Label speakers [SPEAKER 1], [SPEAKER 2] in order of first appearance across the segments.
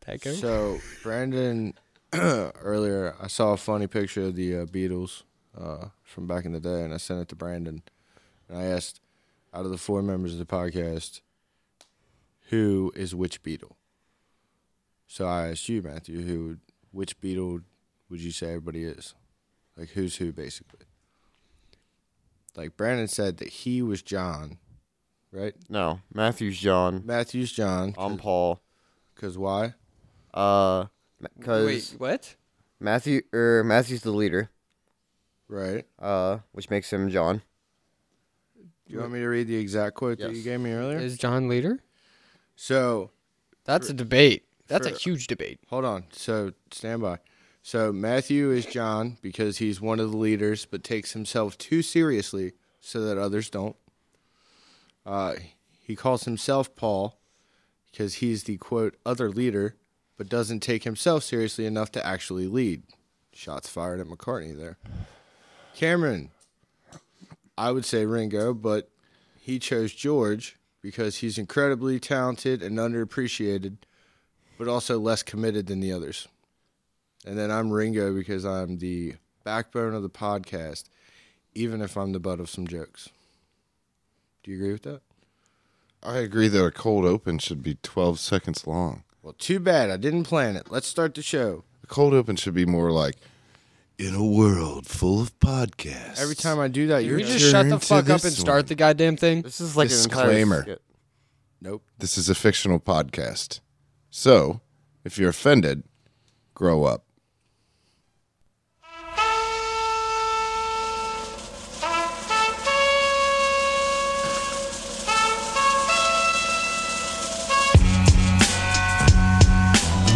[SPEAKER 1] That goes.
[SPEAKER 2] So, Brandon, earlier I saw a funny picture of the uh, Beatles uh, from back in the day, and I sent it to Brandon. And I asked, out of the four members of the podcast, who is which Beatle? So I asked you, Matthew, who, which Beatle would you say everybody is? Like, who's who, basically? Like, Brandon said that he was John, right?
[SPEAKER 3] No, Matthew's John.
[SPEAKER 2] Matthew's John.
[SPEAKER 3] I'm Paul.
[SPEAKER 2] Because why?
[SPEAKER 3] Uh,
[SPEAKER 1] Wait,
[SPEAKER 3] because
[SPEAKER 1] what?
[SPEAKER 3] Matthew er, Matthew's the leader.
[SPEAKER 2] Right.
[SPEAKER 3] Uh, which makes him John.
[SPEAKER 2] Do you want me to read the exact quote that
[SPEAKER 3] Yes.
[SPEAKER 2] you gave me earlier?
[SPEAKER 1] Is John leader?
[SPEAKER 2] So,
[SPEAKER 1] That's a debate. That's a
[SPEAKER 2] for-
[SPEAKER 1] huge debate.
[SPEAKER 2] Hold on. So stand by. So Matthew is John because he's one of the leaders, but takes himself too seriously so that others don't. Uh, he calls himself Paul because he's the quote other leader, but doesn't take himself seriously enough to actually lead. Shots fired at McCartney there. Cameron, I would say Ringo, but he chose George because he's incredibly talented and underappreciated but also less committed than the others. And then I'm Ringo because I'm the backbone of the podcast, even if I'm the butt of some jokes. Do you agree with that?
[SPEAKER 4] I agree that a cold open should be 12 seconds long.
[SPEAKER 2] Well, too bad. I didn't plan it. Let's start the show.
[SPEAKER 4] A cold open should be more like, in a world full of podcasts.
[SPEAKER 2] Every time I do that,
[SPEAKER 1] Can
[SPEAKER 2] you're
[SPEAKER 1] we just
[SPEAKER 4] Sure
[SPEAKER 1] shut the
[SPEAKER 4] into
[SPEAKER 1] fuck up
[SPEAKER 4] this
[SPEAKER 1] and start
[SPEAKER 4] one.
[SPEAKER 1] the goddamn thing?
[SPEAKER 3] This is like
[SPEAKER 4] Disclaimer.
[SPEAKER 3] an entire skit.
[SPEAKER 2] Nope.
[SPEAKER 4] This is a fictional podcast. So, if you're offended, grow up.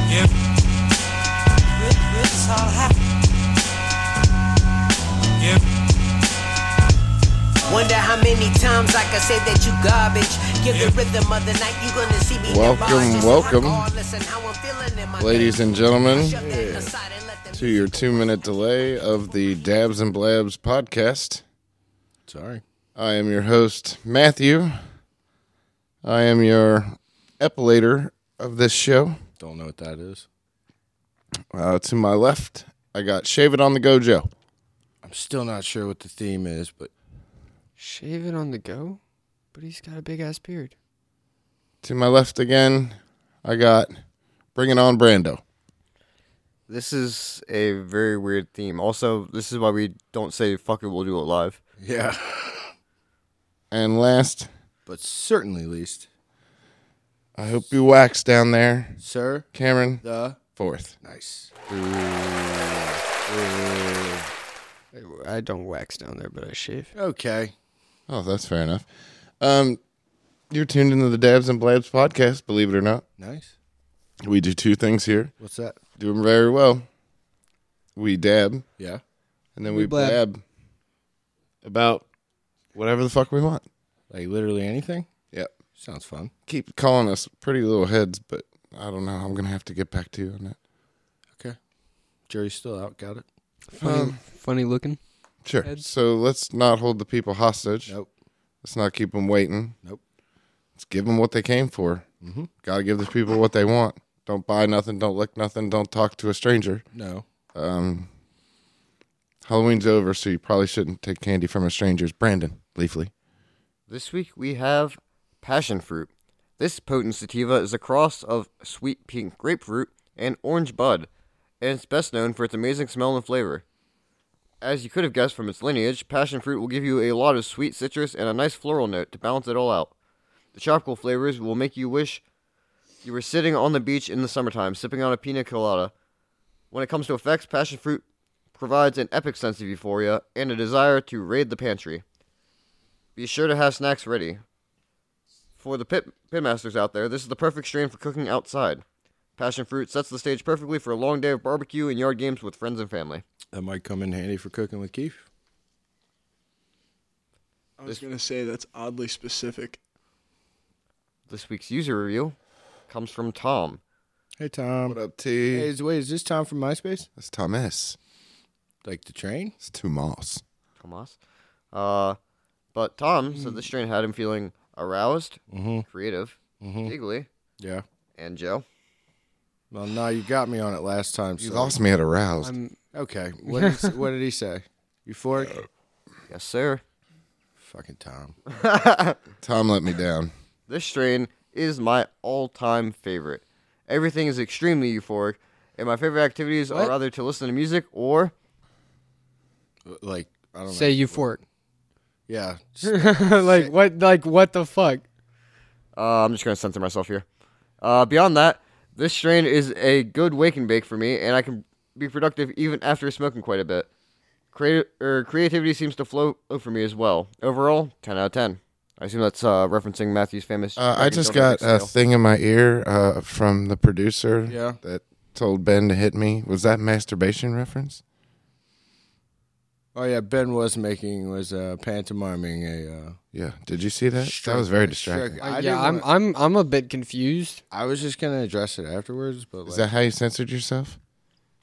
[SPEAKER 5] If thi- this all happened, if
[SPEAKER 6] Wonder how many times I can say that you garbage. Give the rhythm of the night, you gonna see me.
[SPEAKER 4] Welcome,
[SPEAKER 6] garbage.
[SPEAKER 4] welcome.
[SPEAKER 6] Regardless and how I'm feeling in my
[SPEAKER 4] Ladies and
[SPEAKER 6] day.
[SPEAKER 4] gentlemen,
[SPEAKER 6] Shove that aside and let the
[SPEAKER 4] to your two minute delay of the Dabs and Blabs podcast.
[SPEAKER 2] Sorry.
[SPEAKER 4] I am your host, Matthew. I am your epilator of this show.
[SPEAKER 2] Don't know what that is.
[SPEAKER 4] Uh, to my left, I got Shave It on the Go Joe.
[SPEAKER 2] I'm still not sure what the theme is, but
[SPEAKER 1] Shave it on the go? But he's got a big ass beard.
[SPEAKER 4] To my left again, I got Bring It On Brando.
[SPEAKER 3] This is a very weird theme. Also, this is why we don't say fuck it, we'll do it live.
[SPEAKER 2] yeah.
[SPEAKER 4] And last,
[SPEAKER 2] But certainly least,
[SPEAKER 4] I hope you wax down there,
[SPEAKER 2] sir,
[SPEAKER 4] Cameron
[SPEAKER 2] the
[SPEAKER 4] Fourth.
[SPEAKER 2] nice.
[SPEAKER 1] I don't wax down there, but I shave.
[SPEAKER 2] Okay.
[SPEAKER 4] Oh, that's fair enough. Um, you're tuned into the Dabs and Blabs podcast, believe it or not.
[SPEAKER 2] Nice.
[SPEAKER 4] We do two things here,
[SPEAKER 2] What's that?
[SPEAKER 4] do them very well. We dab,
[SPEAKER 2] Yeah.
[SPEAKER 4] and then
[SPEAKER 1] We
[SPEAKER 4] we,
[SPEAKER 1] blab.
[SPEAKER 4] blab about whatever the fuck we want.
[SPEAKER 2] Like literally anything?
[SPEAKER 4] Yep.
[SPEAKER 2] Sounds fun.
[SPEAKER 4] Keep calling us pretty little heads, but I don't know. I'm going to have to get back to you on that.
[SPEAKER 2] Okay. Jury's still out. Got it.
[SPEAKER 1] Funny, funny looking.
[SPEAKER 4] Sure.
[SPEAKER 1] Heads.
[SPEAKER 4] So let's not hold the people hostage.
[SPEAKER 2] Nope.
[SPEAKER 4] Let's not keep them waiting.
[SPEAKER 2] Nope.
[SPEAKER 4] Let's give them what they came for. Mm-hmm. Got to give the people what they want. Don't buy nothing. Don't lick nothing. Don't talk to a stranger.
[SPEAKER 2] No.
[SPEAKER 4] Um, Halloween's over, so you probably shouldn't take candy from a stranger's. Brandon Leafly.
[SPEAKER 3] This week we have passion fruit. This potent sativa is a cross of sweet pink grapefruit and orange bud, and it's best known for its amazing smell and flavor. As you could have guessed from its lineage, passion fruit will give you a lot of sweet citrus and a nice floral note to balance it all out. The tropical flavors will make you wish you were sitting on the beach in the summertime sipping on a pina colada. When it comes to effects, passion fruit provides an epic sense of euphoria and a desire to raid the pantry. Be sure to have snacks ready. For the pit, pit masters out there, this is the perfect strain for cooking outside. Passion fruit sets the stage perfectly for a long day of barbecue and yard games with friends and family.
[SPEAKER 2] That might come in handy for cooking with Keith.
[SPEAKER 7] I was gonna say that's oddly specific.
[SPEAKER 3] This week's user review comes from Tom.
[SPEAKER 2] Hey Tom.
[SPEAKER 4] What up, T?
[SPEAKER 2] Hey, is, wait, is this Tom from MySpace?
[SPEAKER 4] That's Tom S.
[SPEAKER 2] Like the train?
[SPEAKER 4] It's two moss.
[SPEAKER 3] Tomas. Uh, but Tom said this strain had him feeling aroused, creative, giggly,
[SPEAKER 2] Yeah.
[SPEAKER 3] and Joe.
[SPEAKER 2] Well, no, you got me on it last time.
[SPEAKER 4] You
[SPEAKER 2] so-
[SPEAKER 4] lost me at aroused.
[SPEAKER 1] I'm
[SPEAKER 2] Okay. What did, he, s- what did he say? Euphoric?
[SPEAKER 3] Yes, sir.
[SPEAKER 2] Fucking Tom.
[SPEAKER 4] Tom let me down.
[SPEAKER 3] This strain is my all-time favorite. Everything is extremely euphoric, and my favorite activities are either to listen to music or
[SPEAKER 2] Like, I don't know.
[SPEAKER 1] say euphoric.
[SPEAKER 2] Yeah. s-
[SPEAKER 1] like what? Like what the fuck?
[SPEAKER 3] Uh, I'm just gonna censor myself here. Uh, beyond that, this strain is a good wake and bake for me, and I can be productive even after smoking quite a bit. Creative er, creativity seems to flow for me as well. Overall, ten out of ten. I assume that's uh, referencing Matthew's famous.
[SPEAKER 4] Uh, I
[SPEAKER 3] record
[SPEAKER 4] just
[SPEAKER 3] Don't
[SPEAKER 4] got
[SPEAKER 3] Overexhale.
[SPEAKER 4] a thing in my ear uh, from the producer
[SPEAKER 2] Yeah.
[SPEAKER 4] that told Ben to hit me. Was that masturbation reference?
[SPEAKER 2] Oh, yeah. Ben was making, was uh, pantomiming a. Uh,
[SPEAKER 4] Yeah. Did you see that?
[SPEAKER 2] stroke-
[SPEAKER 4] that was very
[SPEAKER 2] a stroke.
[SPEAKER 4] distracting.
[SPEAKER 2] I,
[SPEAKER 1] yeah,
[SPEAKER 2] didn't
[SPEAKER 1] I'm.
[SPEAKER 2] wanna-
[SPEAKER 1] I'm. I'm a bit confused.
[SPEAKER 2] I was just going to address it afterwards, but like,
[SPEAKER 4] Is that how you censored yourself?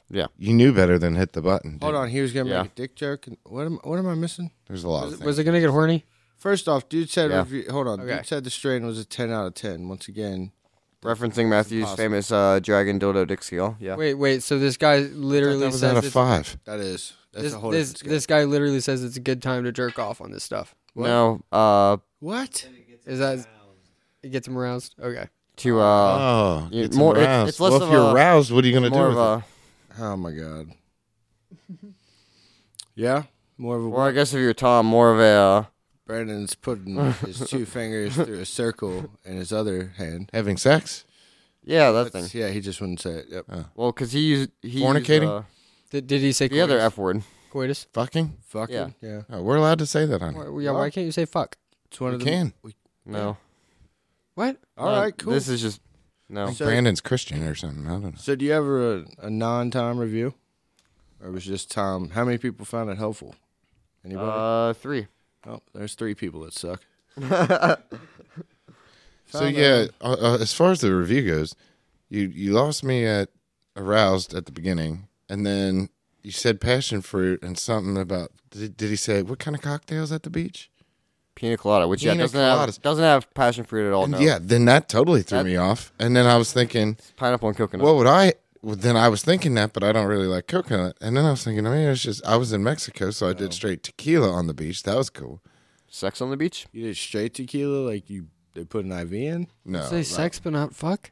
[SPEAKER 3] Yeah.
[SPEAKER 4] You knew better than hit the button. Dude.
[SPEAKER 2] hold on. He was going to
[SPEAKER 3] Yeah.
[SPEAKER 2] make a dick joke. And what, am, what am I missing?
[SPEAKER 4] There's a lot of things.
[SPEAKER 1] Was it gonna get horny?
[SPEAKER 2] First off, dude said,
[SPEAKER 3] Yeah.
[SPEAKER 2] review, hold on.
[SPEAKER 1] Okay.
[SPEAKER 2] Dude said the strain was a 10 out of 10. Once again,
[SPEAKER 3] referencing Matthew's
[SPEAKER 2] Possible.
[SPEAKER 3] famous uh, dragon dildo dick scale. Yeah.
[SPEAKER 1] Wait, wait. So this guy literally
[SPEAKER 4] that was
[SPEAKER 1] says
[SPEAKER 4] out of
[SPEAKER 1] it's-
[SPEAKER 4] five.
[SPEAKER 2] that is. That's
[SPEAKER 1] this,
[SPEAKER 2] a whole
[SPEAKER 1] this,
[SPEAKER 2] different scale.
[SPEAKER 1] this guy literally says it's a good time to jerk off on this stuff.
[SPEAKER 3] No. Uh,
[SPEAKER 2] What?
[SPEAKER 1] Is that? It gets him aroused. Okay.
[SPEAKER 3] to uh,
[SPEAKER 4] oh,
[SPEAKER 3] you-
[SPEAKER 4] it's
[SPEAKER 3] more- it's-
[SPEAKER 4] aroused.
[SPEAKER 3] it's less
[SPEAKER 4] well,
[SPEAKER 3] of
[SPEAKER 4] if you're
[SPEAKER 3] a-
[SPEAKER 4] aroused, what are you going to do
[SPEAKER 3] more
[SPEAKER 4] with
[SPEAKER 3] of a.
[SPEAKER 2] Oh, my God. Yeah? More of a.
[SPEAKER 3] Or I guess if you're Tom, more of a. Uh,
[SPEAKER 2] Brandon's putting his two fingers through a circle in his other hand.
[SPEAKER 4] it? Having sex?
[SPEAKER 3] yeah, that thing.
[SPEAKER 2] Yeah, he just wouldn't say it. Yep.
[SPEAKER 3] Well, because he used he used,
[SPEAKER 4] Fornicating?
[SPEAKER 3] uh,
[SPEAKER 1] Did, did he say
[SPEAKER 3] the other
[SPEAKER 1] coitus?
[SPEAKER 3] F word.
[SPEAKER 1] coitus?
[SPEAKER 4] Fucking?
[SPEAKER 2] Fucking.
[SPEAKER 3] Yeah.
[SPEAKER 2] Yeah.
[SPEAKER 4] Oh, we're allowed to say that on here.
[SPEAKER 1] Why, yeah. Why can't you say fuck?
[SPEAKER 2] It's one
[SPEAKER 4] We
[SPEAKER 2] of the.
[SPEAKER 4] can.
[SPEAKER 2] we-
[SPEAKER 3] No.
[SPEAKER 1] What?
[SPEAKER 2] all right, cool.
[SPEAKER 3] This is just no.
[SPEAKER 2] so,
[SPEAKER 4] Brandon's Christian or something. I don't know.
[SPEAKER 2] so do you have a, a non-time review, or was just Tom? How many people found it helpful? Anybody?
[SPEAKER 3] Uh, three.
[SPEAKER 2] oh, there's three people that suck.
[SPEAKER 4] So yeah, uh, uh, as far as the review goes, you you lost me at aroused at the beginning, and then you said passion fruit and something about did, did he say what kind of cocktails at the beach?
[SPEAKER 3] Pina colada, which yeah
[SPEAKER 4] Pina
[SPEAKER 3] doesn't have
[SPEAKER 4] coladas.
[SPEAKER 3] doesn't have passion fruit at all.
[SPEAKER 4] And
[SPEAKER 3] Oh, No.
[SPEAKER 4] yeah, then that totally threw
[SPEAKER 3] That-
[SPEAKER 4] me off, and then I was thinking,
[SPEAKER 3] It's pineapple and coconut.
[SPEAKER 4] what would I? Well, then I was thinking that, but I don't really like coconut. And then I was thinking, I mean, it's just I was in Mexico, so I did straight tequila on the beach. That was cool.
[SPEAKER 3] Sex on the beach.
[SPEAKER 2] You did straight tequila, like you they put an IV in.
[SPEAKER 4] No,
[SPEAKER 1] Say sex but not fuck.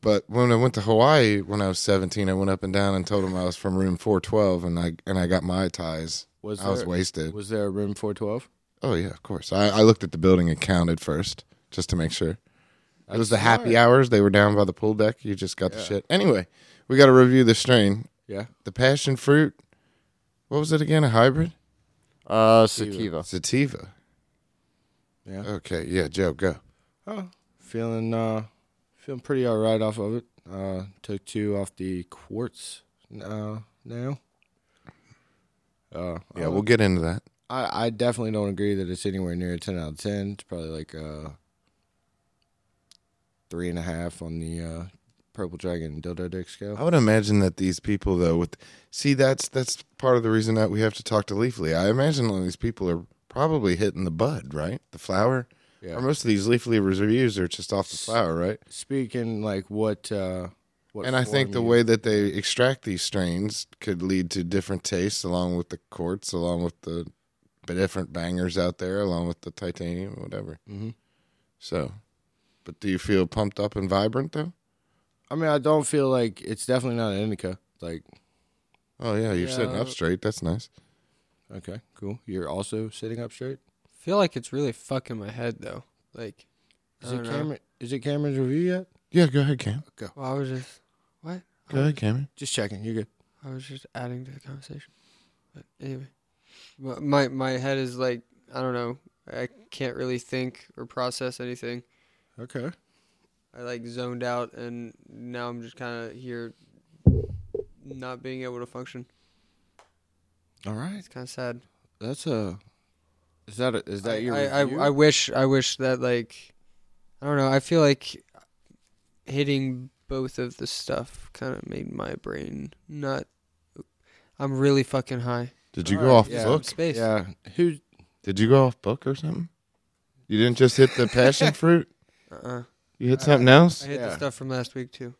[SPEAKER 4] But when I went to Hawaii when I was 17, I went up and down and told them I was from room 412 and I and I got my ties.
[SPEAKER 2] Was
[SPEAKER 4] I was
[SPEAKER 2] there-
[SPEAKER 4] wasted.
[SPEAKER 2] Was there a room 412?
[SPEAKER 4] oh yeah, of course. I, I looked at the building and counted first just to make sure. it was the happy hours. They were down by the pool deck. You just got the shit. Anyway, we got to review the strain.
[SPEAKER 2] Yeah.
[SPEAKER 4] The passion fruit. What was it again? A hybrid?
[SPEAKER 3] Uh, sativa.
[SPEAKER 4] Sativa.
[SPEAKER 2] Yeah.
[SPEAKER 4] Okay. Yeah, Joe, go.
[SPEAKER 2] Oh, feeling uh, feeling pretty all right off of it. Uh, took two off the quartz uh, now. Uh,
[SPEAKER 4] Yeah, we'll get into that.
[SPEAKER 2] I, I definitely don't agree that it's anywhere near a ten out of ten. It's probably like uh, three and a half on the uh, purple dragon dildo dick scale.
[SPEAKER 4] I would imagine that these people, though, with see that's that's part of the reason that we have to talk to Leafly. I imagine all these people are probably hitting the bud, right? The flower.
[SPEAKER 2] Yeah.
[SPEAKER 4] Or most of these Leafly reviews are just off the flower, right?
[SPEAKER 2] Speaking like what, uh, what
[SPEAKER 4] And I think
[SPEAKER 2] form
[SPEAKER 4] the
[SPEAKER 2] you-
[SPEAKER 4] way that they extract these strains could lead to different tastes, along with the quartz, along with the different bangers out there, along with the titanium, whatever. Mm-hmm. So, but do you feel pumped up and vibrant though?
[SPEAKER 2] I mean, I don't feel like it's definitely not an indica. Like,
[SPEAKER 4] Oh yeah, you're sitting up straight. That's nice.
[SPEAKER 2] okay, cool. You're also sitting up straight.
[SPEAKER 1] I feel like it's really fucking my head though. Like,
[SPEAKER 2] Is
[SPEAKER 1] I
[SPEAKER 2] it
[SPEAKER 1] don't know.
[SPEAKER 2] Cameron? Is it Cameron's review yet?
[SPEAKER 4] Yeah, go ahead, Cam.
[SPEAKER 1] Well, I was just what?
[SPEAKER 4] Go
[SPEAKER 2] Uh,
[SPEAKER 4] ahead, Cameron.
[SPEAKER 2] Just checking. You're good.
[SPEAKER 1] I was just adding to the conversation. But anyway, my my, my head is like I don't know. I can't really think or process anything.
[SPEAKER 2] Okay.
[SPEAKER 1] I like zoned out, and now I'm just kind of here, not being able to function.
[SPEAKER 2] All right.
[SPEAKER 1] It's kind of sad.
[SPEAKER 2] That's a. Is that a, is that
[SPEAKER 1] I,
[SPEAKER 2] your?
[SPEAKER 1] I,
[SPEAKER 2] review?
[SPEAKER 1] I, I wish I wish that like I don't know. I feel like hitting both of the stuff kind of made my brain not. I'm really fucking high.
[SPEAKER 4] Did you go off
[SPEAKER 2] yeah.
[SPEAKER 4] book?
[SPEAKER 1] Space.
[SPEAKER 2] yeah. Who?
[SPEAKER 4] Did you go off book or something? You didn't just hit the passion fruit?
[SPEAKER 1] Uh-uh.
[SPEAKER 2] Uh,
[SPEAKER 4] You hit something else?
[SPEAKER 1] I hit the
[SPEAKER 2] Yeah.
[SPEAKER 1] stuff from last week too.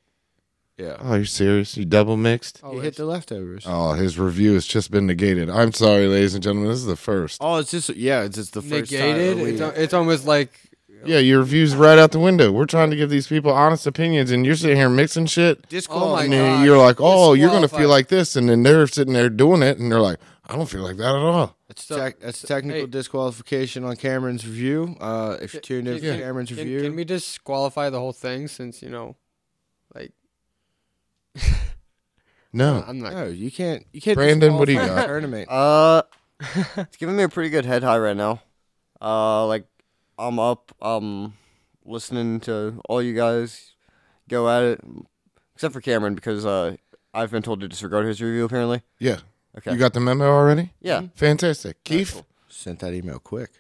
[SPEAKER 2] Yeah.
[SPEAKER 4] Oh, you're serious? You double mixed?
[SPEAKER 2] You hit the leftovers.
[SPEAKER 4] Oh, his review has just been negated. I'm sorry, ladies and gentlemen. This is the first.
[SPEAKER 2] Oh, it's just yeah, it's just the first
[SPEAKER 1] Negated.
[SPEAKER 2] time.
[SPEAKER 1] It's,
[SPEAKER 2] that
[SPEAKER 1] al- it's almost like
[SPEAKER 4] Yeah, your review's right out the window. We're trying to give these people honest opinions, and you're sitting here mixing shit.
[SPEAKER 2] we
[SPEAKER 1] my
[SPEAKER 2] disqualified.
[SPEAKER 4] And
[SPEAKER 1] God.
[SPEAKER 4] then you're like, oh, you're going to
[SPEAKER 1] Disqualified.
[SPEAKER 4] feel like this. And then they're sitting there doing it, and they're like, I don't feel like that at all.
[SPEAKER 2] That's,
[SPEAKER 1] So-
[SPEAKER 2] tec- that's technical
[SPEAKER 1] hey.
[SPEAKER 2] disqualification on Cameron's review. Uh, if you tuned in for
[SPEAKER 1] can-
[SPEAKER 2] Cameron's
[SPEAKER 1] can,
[SPEAKER 2] review,
[SPEAKER 1] Can we disqualify the whole thing since you know, like
[SPEAKER 4] No.
[SPEAKER 1] I'm not.
[SPEAKER 2] no, you can't. You can't.
[SPEAKER 4] Brandon, what do you
[SPEAKER 2] disqualify
[SPEAKER 4] got?
[SPEAKER 2] a Tournament.
[SPEAKER 3] Uh, it's giving me a pretty good head high right now. Uh, like I'm up. Um, listening to all you guys go at it, except for Cameron because uh, I've been told to disregard his review apparently.
[SPEAKER 4] Yeah.
[SPEAKER 3] Okay.
[SPEAKER 4] You got the memo already?
[SPEAKER 3] Yeah.
[SPEAKER 4] Fantastic. Keith?
[SPEAKER 2] Sent that email quick.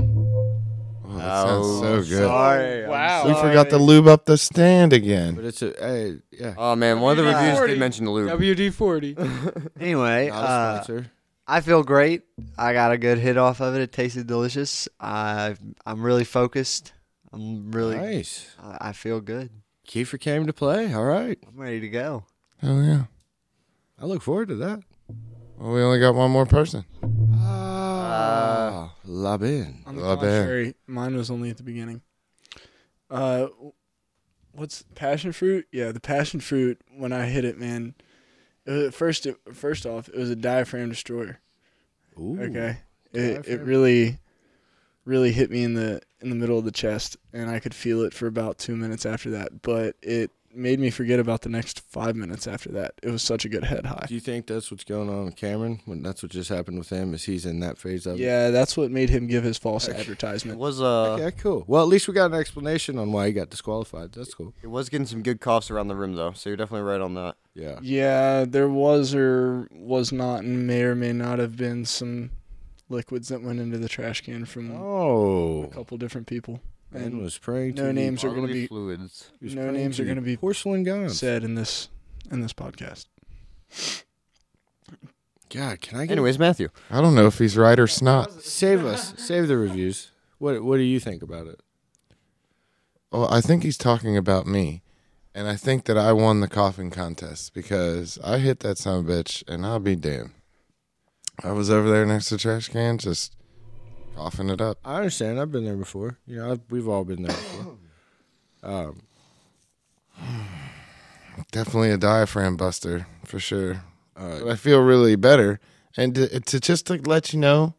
[SPEAKER 4] Oh, that sounds so
[SPEAKER 3] Oh,
[SPEAKER 4] good.
[SPEAKER 3] Sorry. I'm
[SPEAKER 8] Wow.
[SPEAKER 4] We forgot to lube up the stand again.
[SPEAKER 2] But it's a hey, yeah.
[SPEAKER 3] Oh man, one of the reviews
[SPEAKER 1] WD-40.
[SPEAKER 3] did mention the loop.
[SPEAKER 1] WD forty.
[SPEAKER 8] Anyway,
[SPEAKER 2] Not
[SPEAKER 8] uh,
[SPEAKER 2] a sponsor.
[SPEAKER 8] I feel great. I got a good hit off of it. It tasted delicious. I I'm really focused. I'm really.
[SPEAKER 2] nice.
[SPEAKER 8] I, I feel good.
[SPEAKER 2] Kiefer came to play. All right.
[SPEAKER 8] I'm ready to go.
[SPEAKER 4] Oh, yeah.
[SPEAKER 2] I look forward to that.
[SPEAKER 4] Well, we only got one more person.
[SPEAKER 2] Ah, Labin.
[SPEAKER 7] On the
[SPEAKER 4] Love it.
[SPEAKER 7] contrary, mine was only at the beginning. Uh, what's passion fruit? Yeah, the passion fruit. When I hit it, man, it was, first it, first off, it was a diaphragm destroyer.
[SPEAKER 2] Ooh.
[SPEAKER 7] Okay, it it
[SPEAKER 2] diaphragm.
[SPEAKER 7] really, really hit me in the in the middle of the chest, and I could feel it for about two minutes after that. But it made me forget about the next five minutes after that. It was such a good head high.
[SPEAKER 2] Do you think that's what's going on with Cameron? When that's what just happened with him? Is he's in that phase of it?
[SPEAKER 7] Yeah, that's what made him give his false advertisement.
[SPEAKER 3] It was uh,
[SPEAKER 2] Okay, cool. Well, at least we got an explanation on why he got disqualified. That's cool.
[SPEAKER 3] it was getting some good coughs around the room though, so you're definitely right on that.
[SPEAKER 2] Yeah.
[SPEAKER 7] Yeah, there was or was not, and may or may not have been some liquids that went into the trash can from Mm. a
[SPEAKER 2] Oh.
[SPEAKER 7] couple different people.
[SPEAKER 2] And
[SPEAKER 7] And
[SPEAKER 2] was praying
[SPEAKER 7] no
[SPEAKER 2] to the-
[SPEAKER 7] names are going to
[SPEAKER 3] Bodily
[SPEAKER 7] be
[SPEAKER 3] fluids.
[SPEAKER 2] he was
[SPEAKER 7] no
[SPEAKER 2] praying
[SPEAKER 7] names
[SPEAKER 2] to
[SPEAKER 7] are
[SPEAKER 2] the
[SPEAKER 7] gonna be
[SPEAKER 2] porcelain gods.
[SPEAKER 7] said in this in this podcast.
[SPEAKER 2] God, can I get
[SPEAKER 3] Anyways, Matthew,
[SPEAKER 4] I don't know if he's right or snot.
[SPEAKER 2] save us? Save the reviews. What What do you think about it?
[SPEAKER 4] Well, Oh, I think he's talking about me. And I think that I won the coughing contest because I hit that son of a bitch and I'll be damned. I was over there next to the trash can just coughing it up.
[SPEAKER 2] I understand. I've been there before. You know, I've, we've all been there. Before. Um,
[SPEAKER 4] Definitely a diaphragm buster for sure. Uh,
[SPEAKER 2] all
[SPEAKER 4] But
[SPEAKER 2] right.
[SPEAKER 4] I feel really better. And to, to just to let you know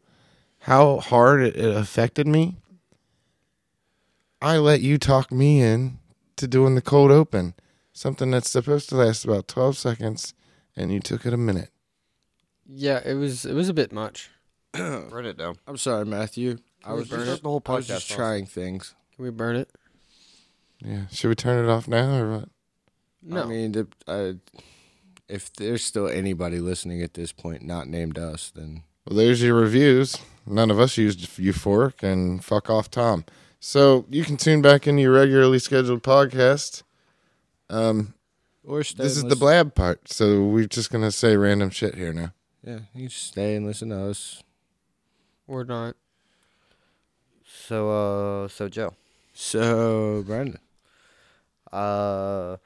[SPEAKER 4] how hard it, it affected me, I let you talk me in to doing the cold open, something that's supposed to last about 12 seconds, and you took it a minute.
[SPEAKER 1] Yeah, it was it was a bit much.
[SPEAKER 3] burn it down.
[SPEAKER 2] I'm sorry, Matthew. I was
[SPEAKER 3] Burn
[SPEAKER 2] just,
[SPEAKER 3] it. The whole
[SPEAKER 2] I was just
[SPEAKER 3] podcast,
[SPEAKER 2] trying things.
[SPEAKER 1] Can we burn it?
[SPEAKER 4] Yeah. Should we turn it off now or what?
[SPEAKER 1] No.
[SPEAKER 2] I mean, the- I, if there's still anybody listening at this point not named us, then
[SPEAKER 4] Well, there's your reviews. None of us used Euphoric and fuck off Tom. So you can tune back into your regularly scheduled podcast. Um,
[SPEAKER 2] or stay
[SPEAKER 4] this is
[SPEAKER 2] and
[SPEAKER 4] the
[SPEAKER 2] listen-
[SPEAKER 4] blab part. So we're just going to say random shit here now.
[SPEAKER 2] Yeah, you can stay and listen to us.
[SPEAKER 1] Or not.
[SPEAKER 3] So uh, so Joe,
[SPEAKER 2] So, Brandon,
[SPEAKER 3] uh,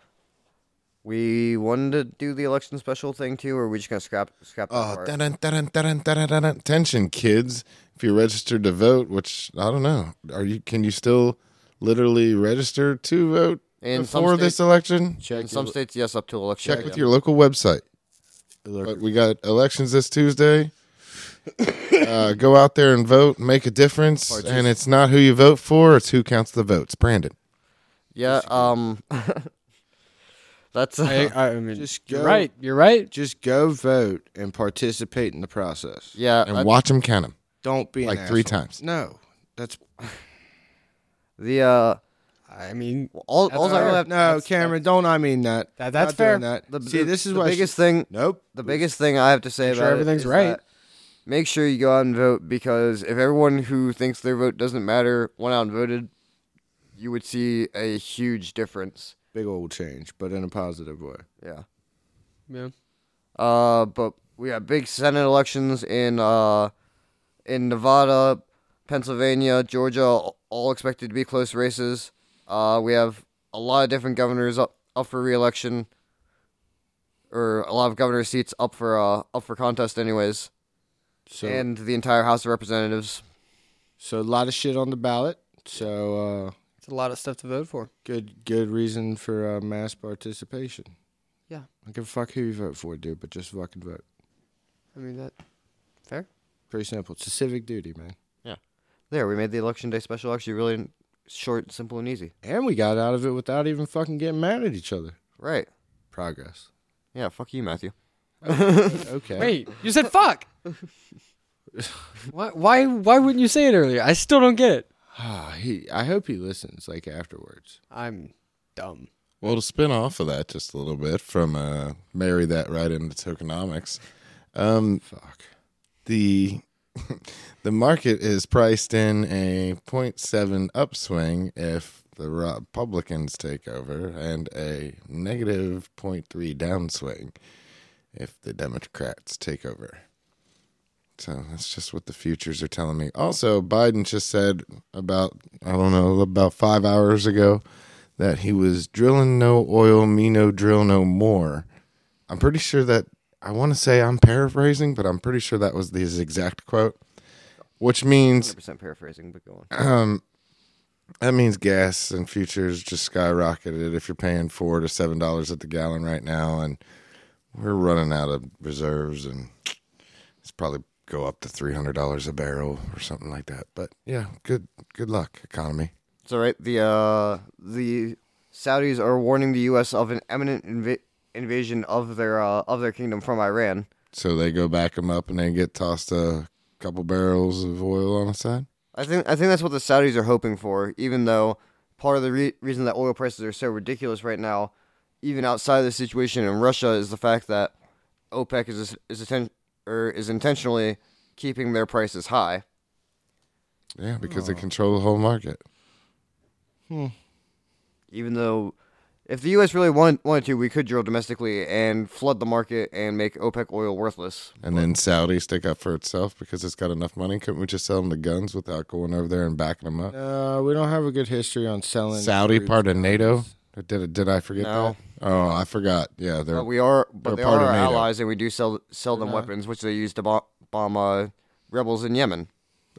[SPEAKER 3] we wanted to do the election special thing too, or are we just gonna scrap scrap that
[SPEAKER 4] Oh,
[SPEAKER 3] part?
[SPEAKER 4] dun-dun, dun-dun, dun-dun, dun-dun, dun-dun. attention, kids! If you're registered to vote, which I don't know, are you? Can you still literally register to vote
[SPEAKER 3] In some
[SPEAKER 4] before this
[SPEAKER 3] states-
[SPEAKER 4] election?
[SPEAKER 2] check
[SPEAKER 3] In some
[SPEAKER 2] your-
[SPEAKER 3] states, yes, up to election.
[SPEAKER 4] Check with your local website.
[SPEAKER 2] look,
[SPEAKER 4] But we got elections this Tuesday. uh, go out there and vote, make a difference, and it's not who you vote for; it's who counts the votes. Brandon,
[SPEAKER 3] Yeah. Um. that's.
[SPEAKER 1] I,
[SPEAKER 3] Uh,
[SPEAKER 1] I, I mean,
[SPEAKER 2] Just
[SPEAKER 1] you're
[SPEAKER 2] go-
[SPEAKER 1] right. You're right.
[SPEAKER 2] Just go vote and participate in the process.
[SPEAKER 3] yeah.
[SPEAKER 4] and
[SPEAKER 3] uh,
[SPEAKER 4] watch them count them
[SPEAKER 2] Don't be an
[SPEAKER 4] like three
[SPEAKER 2] asshole.
[SPEAKER 4] times.
[SPEAKER 2] No, that's
[SPEAKER 3] the uh.
[SPEAKER 1] I mean,
[SPEAKER 3] All, all I really have.
[SPEAKER 2] no, Cameron. Don't I mean that?
[SPEAKER 1] That- that's
[SPEAKER 2] Not
[SPEAKER 1] fair.
[SPEAKER 2] doing That.
[SPEAKER 3] The,
[SPEAKER 2] See,
[SPEAKER 3] the-
[SPEAKER 2] this is
[SPEAKER 3] the
[SPEAKER 2] why
[SPEAKER 3] biggest thing.
[SPEAKER 2] Nope.
[SPEAKER 3] The biggest thing I have to say
[SPEAKER 1] I'm sure
[SPEAKER 3] about it
[SPEAKER 1] everything's
[SPEAKER 3] is
[SPEAKER 1] right.
[SPEAKER 3] that Make sure you go out and vote because if everyone who thinks their vote doesn't matter went out and voted, you would see a huge difference.
[SPEAKER 2] Big old change, but in a positive way.
[SPEAKER 3] Yeah.
[SPEAKER 1] yeah.
[SPEAKER 3] Uh, but we have big Senate elections in uh, in Nevada, Pennsylvania, Georgia, all expected to be close races. Uh, we have a lot of different governors up up for reelection, or a lot of governor seats up for uh, up for contest, anyways,
[SPEAKER 2] So,
[SPEAKER 3] and the entire House of Representatives.
[SPEAKER 2] so a lot of shit on the ballot. So uh,
[SPEAKER 1] It's a lot of stuff to vote for.
[SPEAKER 2] good, good reason for uh, mass participation.
[SPEAKER 1] Yeah.
[SPEAKER 2] I don't give a fuck who you vote for, dude, but just fucking vote.
[SPEAKER 1] I mean that.
[SPEAKER 2] Pretty simple. It's a civic duty, man.
[SPEAKER 3] There, we made the election day special actually really short, simple, and easy.
[SPEAKER 2] And we got out of it without even fucking getting mad at each other.
[SPEAKER 3] Right?
[SPEAKER 2] Progress.
[SPEAKER 3] Yeah. Fuck you, Matthew.
[SPEAKER 2] Okay.
[SPEAKER 1] Wait, you said fuck. why? Why? Why wouldn't you say it earlier? I still don't get it.
[SPEAKER 2] Ah, he, I hope he listens like afterwards.
[SPEAKER 1] I'm dumb.
[SPEAKER 4] Well, to spin off of that just a little bit from uh, marry that right into tokenomics, um,
[SPEAKER 2] Fuck.
[SPEAKER 4] the the market is priced in a 0.7 upswing if the Republicans take over, and a negative 0.3 downswing if the Democrats take over. So that's just what the futures are telling me. Also, Biden just said about I don't know about five hours ago that he was drilling no oil, me no drill no more. I'm pretty sure that I want to say I'm paraphrasing, but I'm pretty sure that was his exact quote, which means
[SPEAKER 3] Hundred percent paraphrasing, but go on.
[SPEAKER 4] um, that means gas and futures just skyrocketed. If you're paying four to seven dollars at the gallon right now, and we're running out of reserves, and it's probably go up to three hundred dollars a barrel or something like that. But yeah, good good luck economy.
[SPEAKER 3] It's all right. The uh, the Saudis are warning the U.S. of an imminent inv- invasion of their uh, of their kingdom from Iran.
[SPEAKER 4] So they go back them up and they get tossed a couple barrels of oil on the side.
[SPEAKER 3] I think I think that's what the Saudis are hoping for. Even though part of the re- reason that oil prices are so ridiculous right now, even outside of the situation in Russia, is the fact that OPEC is is atten- or is intentionally keeping their prices high.
[SPEAKER 4] Yeah, because they control the whole market.
[SPEAKER 3] Even though, if the U.S. really wanted, wanted to, we could drill domestically and flood the market and make OPEC oil worthless.
[SPEAKER 4] And then Saudi stick up for itself because it's got enough money. Couldn't we just sell them the guns without going over there and backing them up?
[SPEAKER 2] Uh, we don't have a good history on selling.
[SPEAKER 4] Saudi
[SPEAKER 2] group-
[SPEAKER 4] part of NATO. Did did I forget
[SPEAKER 3] No.
[SPEAKER 4] that? Oh, I forgot. Yeah, they're
[SPEAKER 3] But we are,
[SPEAKER 4] they're
[SPEAKER 3] but they
[SPEAKER 4] part
[SPEAKER 3] are
[SPEAKER 4] of
[SPEAKER 3] our
[SPEAKER 4] NATO.
[SPEAKER 3] allies, and we do sell sell them weapons, which they use to bomb, bomb uh, rebels in Yemen.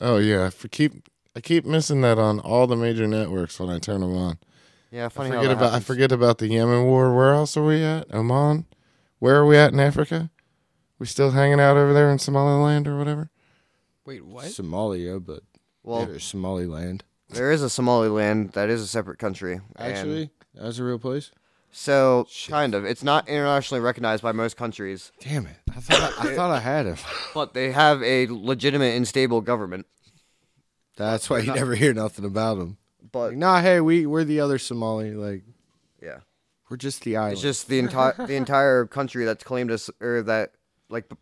[SPEAKER 4] Oh yeah, I for keep I keep missing that on all the major networks when I turn them on.
[SPEAKER 3] Yeah, funny
[SPEAKER 4] I
[SPEAKER 3] how
[SPEAKER 4] forget
[SPEAKER 3] that
[SPEAKER 4] about I
[SPEAKER 3] happens.
[SPEAKER 4] forget about the Yemen war. Where else are we at? Oman? Where are we at in Africa? We still hanging out over there in Somaliland or whatever?
[SPEAKER 1] Wait, what?
[SPEAKER 2] Somalia, but
[SPEAKER 3] Well,
[SPEAKER 2] there's Somaliland.
[SPEAKER 3] there is a Somaliland that is a separate country. and-
[SPEAKER 2] Actually, that was a real place.
[SPEAKER 3] so kind of. It's not internationally recognized by most countries,
[SPEAKER 2] Damn it! I thought I, I thought I had him.
[SPEAKER 3] but they have a legitimate and stable government.
[SPEAKER 2] That's why you never hear nothing about him.
[SPEAKER 3] But
[SPEAKER 2] Like, nah, hey, we we're the other Somali. Like
[SPEAKER 3] yeah,
[SPEAKER 2] we're just the island.
[SPEAKER 3] it's just the entire the entire country that's claimed us or that like b-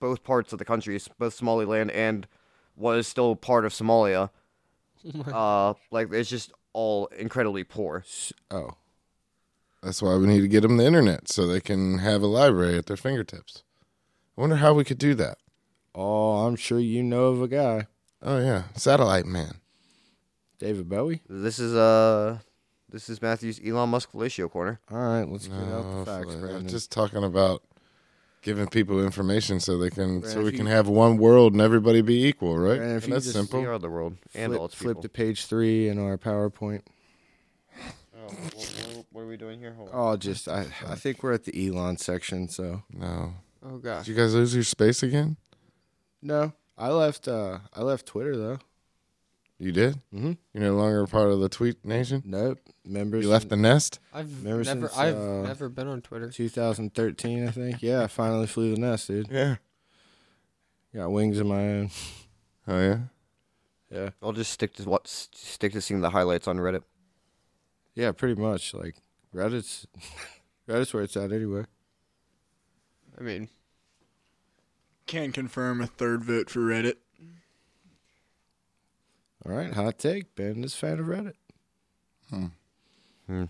[SPEAKER 3] both parts of the country, s- both Somaliland and what is still part of Somalia. uh, like it's just all incredibly poor.
[SPEAKER 2] oh,
[SPEAKER 4] That's why we need to get them the internet so they can have a library at their fingertips. I wonder how we could do that.
[SPEAKER 2] oh, I'm sure you know of a guy,
[SPEAKER 4] Oh yeah, satellite man.
[SPEAKER 2] David Bowie.
[SPEAKER 3] This is uh, this is Matthew's Elon Musk Fellatio corner.
[SPEAKER 2] All right, let's get out
[SPEAKER 4] No,
[SPEAKER 2] the facts,
[SPEAKER 4] Fla-
[SPEAKER 2] Brandon.
[SPEAKER 4] just talking about giving people information so they can so
[SPEAKER 2] if
[SPEAKER 4] we
[SPEAKER 2] you-
[SPEAKER 4] can have one world and everybody be equal, right?
[SPEAKER 2] Brandon, if
[SPEAKER 4] And
[SPEAKER 2] you
[SPEAKER 4] that's
[SPEAKER 2] just-
[SPEAKER 4] simple.
[SPEAKER 3] We are the world and
[SPEAKER 2] flip,
[SPEAKER 3] all its
[SPEAKER 2] flip
[SPEAKER 3] people.
[SPEAKER 2] to page three in our PowerPoint.
[SPEAKER 3] what are we doing here? Hold
[SPEAKER 2] Oh, just I I think we're at the Elon section. So
[SPEAKER 4] No.
[SPEAKER 1] Oh
[SPEAKER 4] Did
[SPEAKER 1] gosh.
[SPEAKER 4] you guys lose your space again?
[SPEAKER 2] no, I left. uh I left Twitter though.
[SPEAKER 4] You did? Mm-hmm. You're no longer a part of the Tweet Nation?
[SPEAKER 2] Nope, members.
[SPEAKER 4] You left the nest?
[SPEAKER 1] I've never.
[SPEAKER 2] Ever since,
[SPEAKER 1] I've
[SPEAKER 2] uh,
[SPEAKER 1] never been on Twitter.
[SPEAKER 2] 2013, I think. Yeah, I finally flew the nest, dude.
[SPEAKER 4] Yeah.
[SPEAKER 2] Got wings of my own.
[SPEAKER 4] Oh, yeah?
[SPEAKER 2] Yeah,
[SPEAKER 3] I'll just stick to what s- stick to seeing the highlights on Reddit.
[SPEAKER 2] yeah, pretty much. Like Reddit's, Reddit's where it's at anyway.
[SPEAKER 1] I mean,
[SPEAKER 7] Can confirm a third vote for Reddit.
[SPEAKER 2] All right, hot take. Ben is a fan of Reddit.
[SPEAKER 3] Hmm.
[SPEAKER 2] All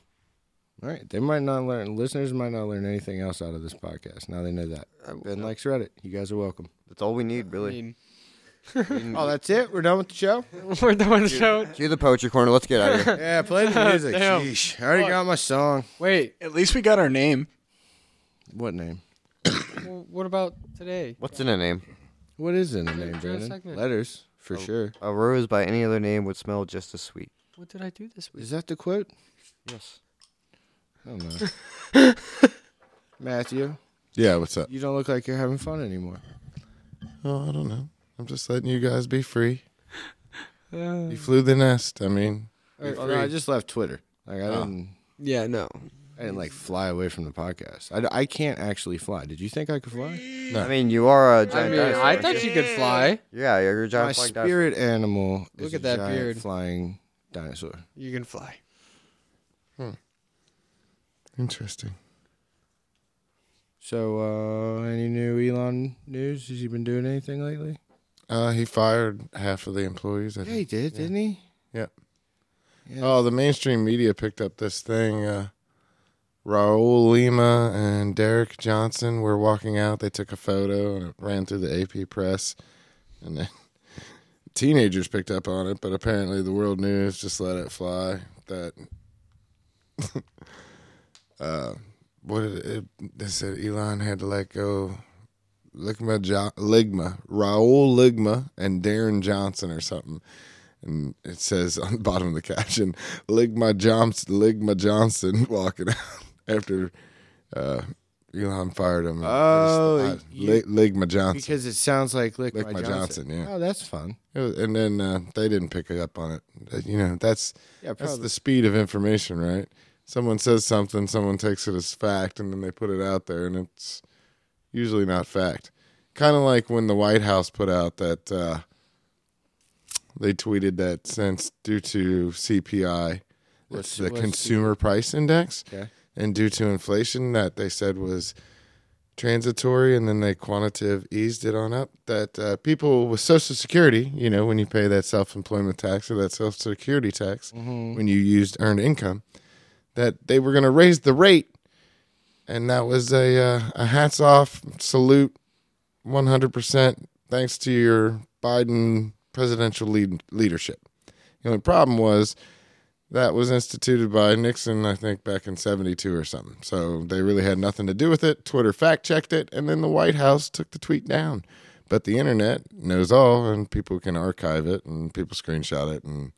[SPEAKER 2] right, they might not learn. Listeners might not learn anything else out of this podcast. Now they know that
[SPEAKER 1] I,
[SPEAKER 2] Ben likes Reddit. You guys are welcome.
[SPEAKER 3] That's all we need,
[SPEAKER 1] I
[SPEAKER 3] really.
[SPEAKER 1] mean,
[SPEAKER 2] Oh, that's it. We're done with the show.
[SPEAKER 1] We're doing the show.
[SPEAKER 3] Cue the poetry corner. Let's get out of here.
[SPEAKER 2] Yeah, play the music.
[SPEAKER 1] Damn.
[SPEAKER 2] Sheesh. I already got my song.
[SPEAKER 1] Wait,
[SPEAKER 7] At least we got our name.
[SPEAKER 2] What name?
[SPEAKER 1] w- what about today?
[SPEAKER 3] What's in a name?
[SPEAKER 2] What is in the name,
[SPEAKER 1] Try a
[SPEAKER 2] Brandon?
[SPEAKER 1] segment.
[SPEAKER 2] Letters for sure.
[SPEAKER 3] A rose by any other name would smell just as sweet.
[SPEAKER 1] What did I do this week?
[SPEAKER 2] Is that the quote?
[SPEAKER 3] Yes.
[SPEAKER 2] I don't know. Matthew,
[SPEAKER 4] Yeah, what's up?
[SPEAKER 2] you don't look like you're having fun anymore.
[SPEAKER 4] Oh, I don't know. I'm just letting you guys be free.
[SPEAKER 2] Uh.
[SPEAKER 4] You flew the nest. I mean,
[SPEAKER 2] Oh, no, I just left Twitter. Like I didn't.
[SPEAKER 1] Yeah, no.
[SPEAKER 2] I didn't like fly away from the podcast. I, I can't actually fly. Did you think I could fly?
[SPEAKER 3] I mean, you are a
[SPEAKER 1] I
[SPEAKER 3] giant
[SPEAKER 1] mean,
[SPEAKER 3] dinosaur.
[SPEAKER 1] I thought you could fly.
[SPEAKER 3] yeah, you're a
[SPEAKER 2] My
[SPEAKER 3] giant flying dinosaur.
[SPEAKER 2] spirit animal is
[SPEAKER 1] Look at
[SPEAKER 2] a
[SPEAKER 1] that
[SPEAKER 2] giant
[SPEAKER 1] beard.
[SPEAKER 2] flying dinosaur.
[SPEAKER 1] You can fly.
[SPEAKER 4] interesting.
[SPEAKER 2] So, uh, any new Elon news? Has he been doing anything lately?
[SPEAKER 4] Uh, he fired half of the employees. I
[SPEAKER 2] Yeah, he
[SPEAKER 4] think.
[SPEAKER 2] did, didn't he?
[SPEAKER 4] Yep.
[SPEAKER 2] Yeah.
[SPEAKER 4] Oh, the mainstream media picked up this thing. Uh, Raul Lima and Derek Johnson were walking out. They took a photo and it ran through the AP press. And then teenagers picked up on it, but apparently the world news just let it fly that. uh, what did it, it, they said Elon had to let go. Ligma, jo- Ligma, Raul Ligma, and Darren Johnson or something and it says on the bottom of the caption, "Ligma Johnson, Ligma Johnson walking out after uh, Elon fired him."
[SPEAKER 2] Oh,
[SPEAKER 4] I just- I-
[SPEAKER 2] you-
[SPEAKER 4] Lig- Ligma Johnson.
[SPEAKER 2] Because it sounds like Lick,
[SPEAKER 4] Lick
[SPEAKER 2] my,
[SPEAKER 4] My
[SPEAKER 2] Johnson.
[SPEAKER 4] Johnson, yeah.
[SPEAKER 2] Oh, that's fun.
[SPEAKER 4] It was- and then uh, they didn't pick up on it. Uh, You know, that's
[SPEAKER 2] Yeah,
[SPEAKER 4] that's
[SPEAKER 2] probably.
[SPEAKER 4] the speed of information, right? Someone says something, someone takes it as fact, and then they put it out there, and it's usually not fact. Kind of like when the White House put out that uh, they tweeted that since due to
[SPEAKER 2] What's-
[SPEAKER 4] CPI, that's the
[SPEAKER 2] what's
[SPEAKER 4] Consumer Price Index,
[SPEAKER 2] Okay.
[SPEAKER 4] and due to inflation that they said was transitory and then they quantitative eased it on up that uh, people with social security you know when you pay that self-employment tax or that social security tax when you used earned income that they were going to raise the rate and that was a, uh, a hats off salute 100% thanks to your biden presidential lead- leadership the only problem was that was instituted by Nixon, I think, back in 72 or something. So they really had nothing to do with it. Twitter fact checked it, and then the White House took the tweet down. But the internet knows all, and people can archive it, and people screenshot it. And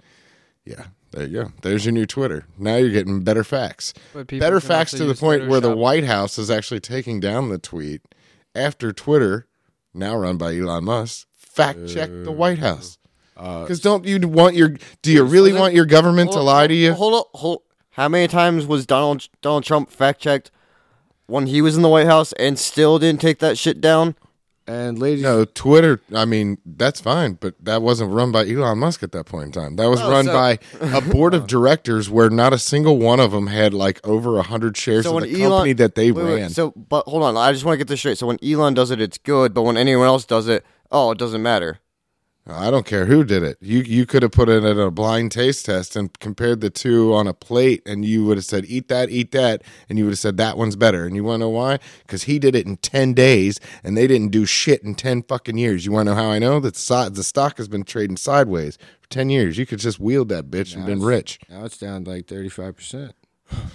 [SPEAKER 4] yeah, there you go. There's your new Twitter. Now you're getting better facts.
[SPEAKER 1] But people
[SPEAKER 4] Better
[SPEAKER 1] can
[SPEAKER 4] facts
[SPEAKER 1] also
[SPEAKER 4] to the
[SPEAKER 1] use
[SPEAKER 4] point where the
[SPEAKER 1] Photoshop.
[SPEAKER 4] White House is actually taking down the tweet after Twitter, now run by Elon Musk, fact checked
[SPEAKER 3] Uh,
[SPEAKER 4] the White House. Because don't you want your? Do you really want your government to lie to you?
[SPEAKER 3] Hold up, hold. How many times was Donald Donald Trump fact checked when he was in the White House and still didn't take that shit down?
[SPEAKER 2] And ladies,
[SPEAKER 4] No, Twitter. I mean, that's fine, but that wasn't run by Elon Musk at that point in time. That was
[SPEAKER 3] Oh,
[SPEAKER 4] run
[SPEAKER 3] so-
[SPEAKER 4] by a board of directors where not a single one of them had like over a hundred shares
[SPEAKER 3] So
[SPEAKER 4] of
[SPEAKER 3] when
[SPEAKER 4] the
[SPEAKER 3] Elon
[SPEAKER 4] company that they
[SPEAKER 3] wait,
[SPEAKER 4] ran.
[SPEAKER 3] wait, so, but hold on, I just want to get this straight. So when Elon does it, it's good, but when anyone else does it, oh, it doesn't matter.
[SPEAKER 4] I don't care who did it. You you could have put it at a blind taste test and compared the two on a plate, and you would have said, "Eat that, eat that," and you would have said that one's better. And you want to know why? Because he did it in ten days, and they didn't do shit in ten fucking years. You want to know how I know that si- the stock has been trading sideways for ten years? You could just wield that bitch and been rich.
[SPEAKER 2] now it's down like thirty-five percent.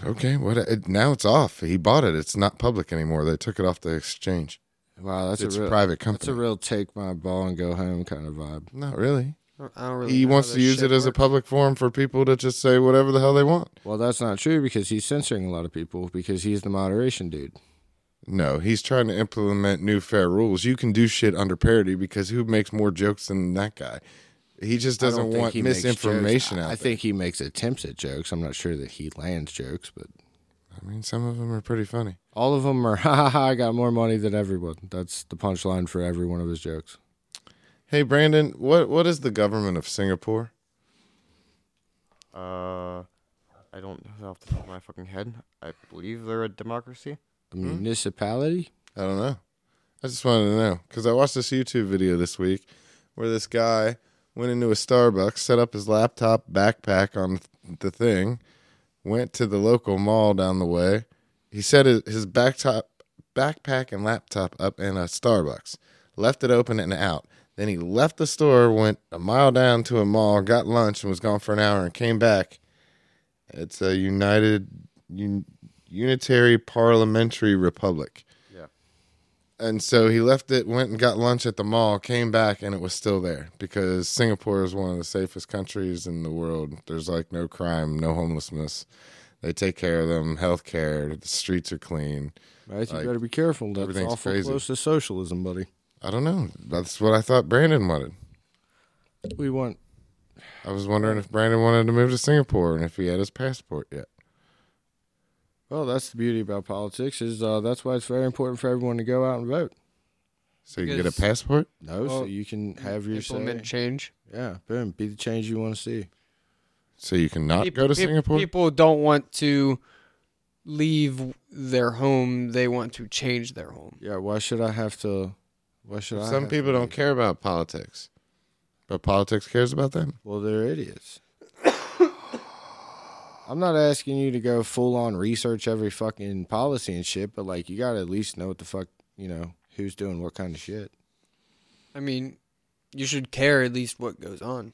[SPEAKER 4] Okay, what? It, now it's off. He bought it. It's not public anymore. They took it off the exchange.
[SPEAKER 2] Wow, that's
[SPEAKER 4] It's
[SPEAKER 2] a
[SPEAKER 4] a
[SPEAKER 2] real,
[SPEAKER 4] private
[SPEAKER 2] That's a
[SPEAKER 4] company.
[SPEAKER 2] real take my ball and go home kind of vibe.
[SPEAKER 4] Not really.
[SPEAKER 1] I don't- I don't really
[SPEAKER 4] He
[SPEAKER 1] know how
[SPEAKER 4] wants to
[SPEAKER 1] this
[SPEAKER 4] use
[SPEAKER 1] shit
[SPEAKER 4] it as a
[SPEAKER 1] works.
[SPEAKER 4] public forum for people to just say whatever the hell they want.
[SPEAKER 2] Well, that's not true because he's censoring a lot of people because he's the moderation dude.
[SPEAKER 4] No, he's trying to implement new fair rules. You can do shit under parody because who makes more jokes than that guy? He just
[SPEAKER 2] I don't
[SPEAKER 4] doesn't
[SPEAKER 2] think
[SPEAKER 4] want
[SPEAKER 2] he makes
[SPEAKER 4] misinformation
[SPEAKER 2] jokes.
[SPEAKER 4] out
[SPEAKER 2] I, I
[SPEAKER 4] there.
[SPEAKER 2] think he makes attempts at jokes. I'm not sure that he lands jokes, but
[SPEAKER 4] I mean, some of them are pretty funny.
[SPEAKER 2] all of them are ha ha ha. I got more money than everyone. That's the punchline for every one of his jokes.
[SPEAKER 4] Hey, Brandon, what what is the government of Singapore?
[SPEAKER 3] Uh, I don't know off the top of my fucking head. I believe they're a democracy.
[SPEAKER 2] A
[SPEAKER 4] Hmm?
[SPEAKER 2] municipality.
[SPEAKER 4] I don't know. I just wanted to know because I watched this YouTube video this week where this guy went into a Starbucks, set up his laptop backpack on the thing, went to the local mall down the way. He set his, his backtop, backpack and laptop up in a Starbucks, left it open and out. Then he left the store, went a mile down to a mall, got lunch, and was gone for an hour and came back. It's a United Un, Unitary Parliamentary Republic.
[SPEAKER 3] Yeah.
[SPEAKER 4] And so he left it, went and got lunch at the mall, came back, and it was still there because Singapore is one of the safest countries in the world. There's like no crime, no homelessness. They take care of them, health care, the streets are clean.
[SPEAKER 2] Matthew,
[SPEAKER 4] Like,
[SPEAKER 2] you better be careful. That's
[SPEAKER 4] everything's
[SPEAKER 2] awful
[SPEAKER 4] crazy.
[SPEAKER 2] close to socialism, buddy.
[SPEAKER 4] I don't know. That's what I thought Brandon wanted.
[SPEAKER 2] We want
[SPEAKER 4] I was wondering if Brandon wanted to move to Singapore and if he had his passport yet.
[SPEAKER 2] Well, that's the beauty about politics is uh, that's why it's very important for everyone to go out and vote.
[SPEAKER 4] So you can get a
[SPEAKER 1] Because-
[SPEAKER 4] passport?
[SPEAKER 2] No, so
[SPEAKER 1] Well,
[SPEAKER 2] you can have your say.
[SPEAKER 1] Implement change.
[SPEAKER 2] Yeah, boom, be the change you want to see.
[SPEAKER 4] So you cannot
[SPEAKER 1] Peop-
[SPEAKER 4] Uh, go to
[SPEAKER 1] peop-
[SPEAKER 4] Singapore?
[SPEAKER 1] People don't want to leave their home. They want to change their home.
[SPEAKER 2] Yeah, why should I have to? Why should I?
[SPEAKER 4] Some
[SPEAKER 2] have
[SPEAKER 4] people
[SPEAKER 2] to
[SPEAKER 4] don't
[SPEAKER 2] be-
[SPEAKER 4] care about politics, but politics cares about them.
[SPEAKER 2] Well, they're idiots. I'm not asking you to go full on research every fucking policy and shit, but like you gotta at least know what the fuck you know who's doing what kind of shit.
[SPEAKER 1] I mean, you should care at least what goes on,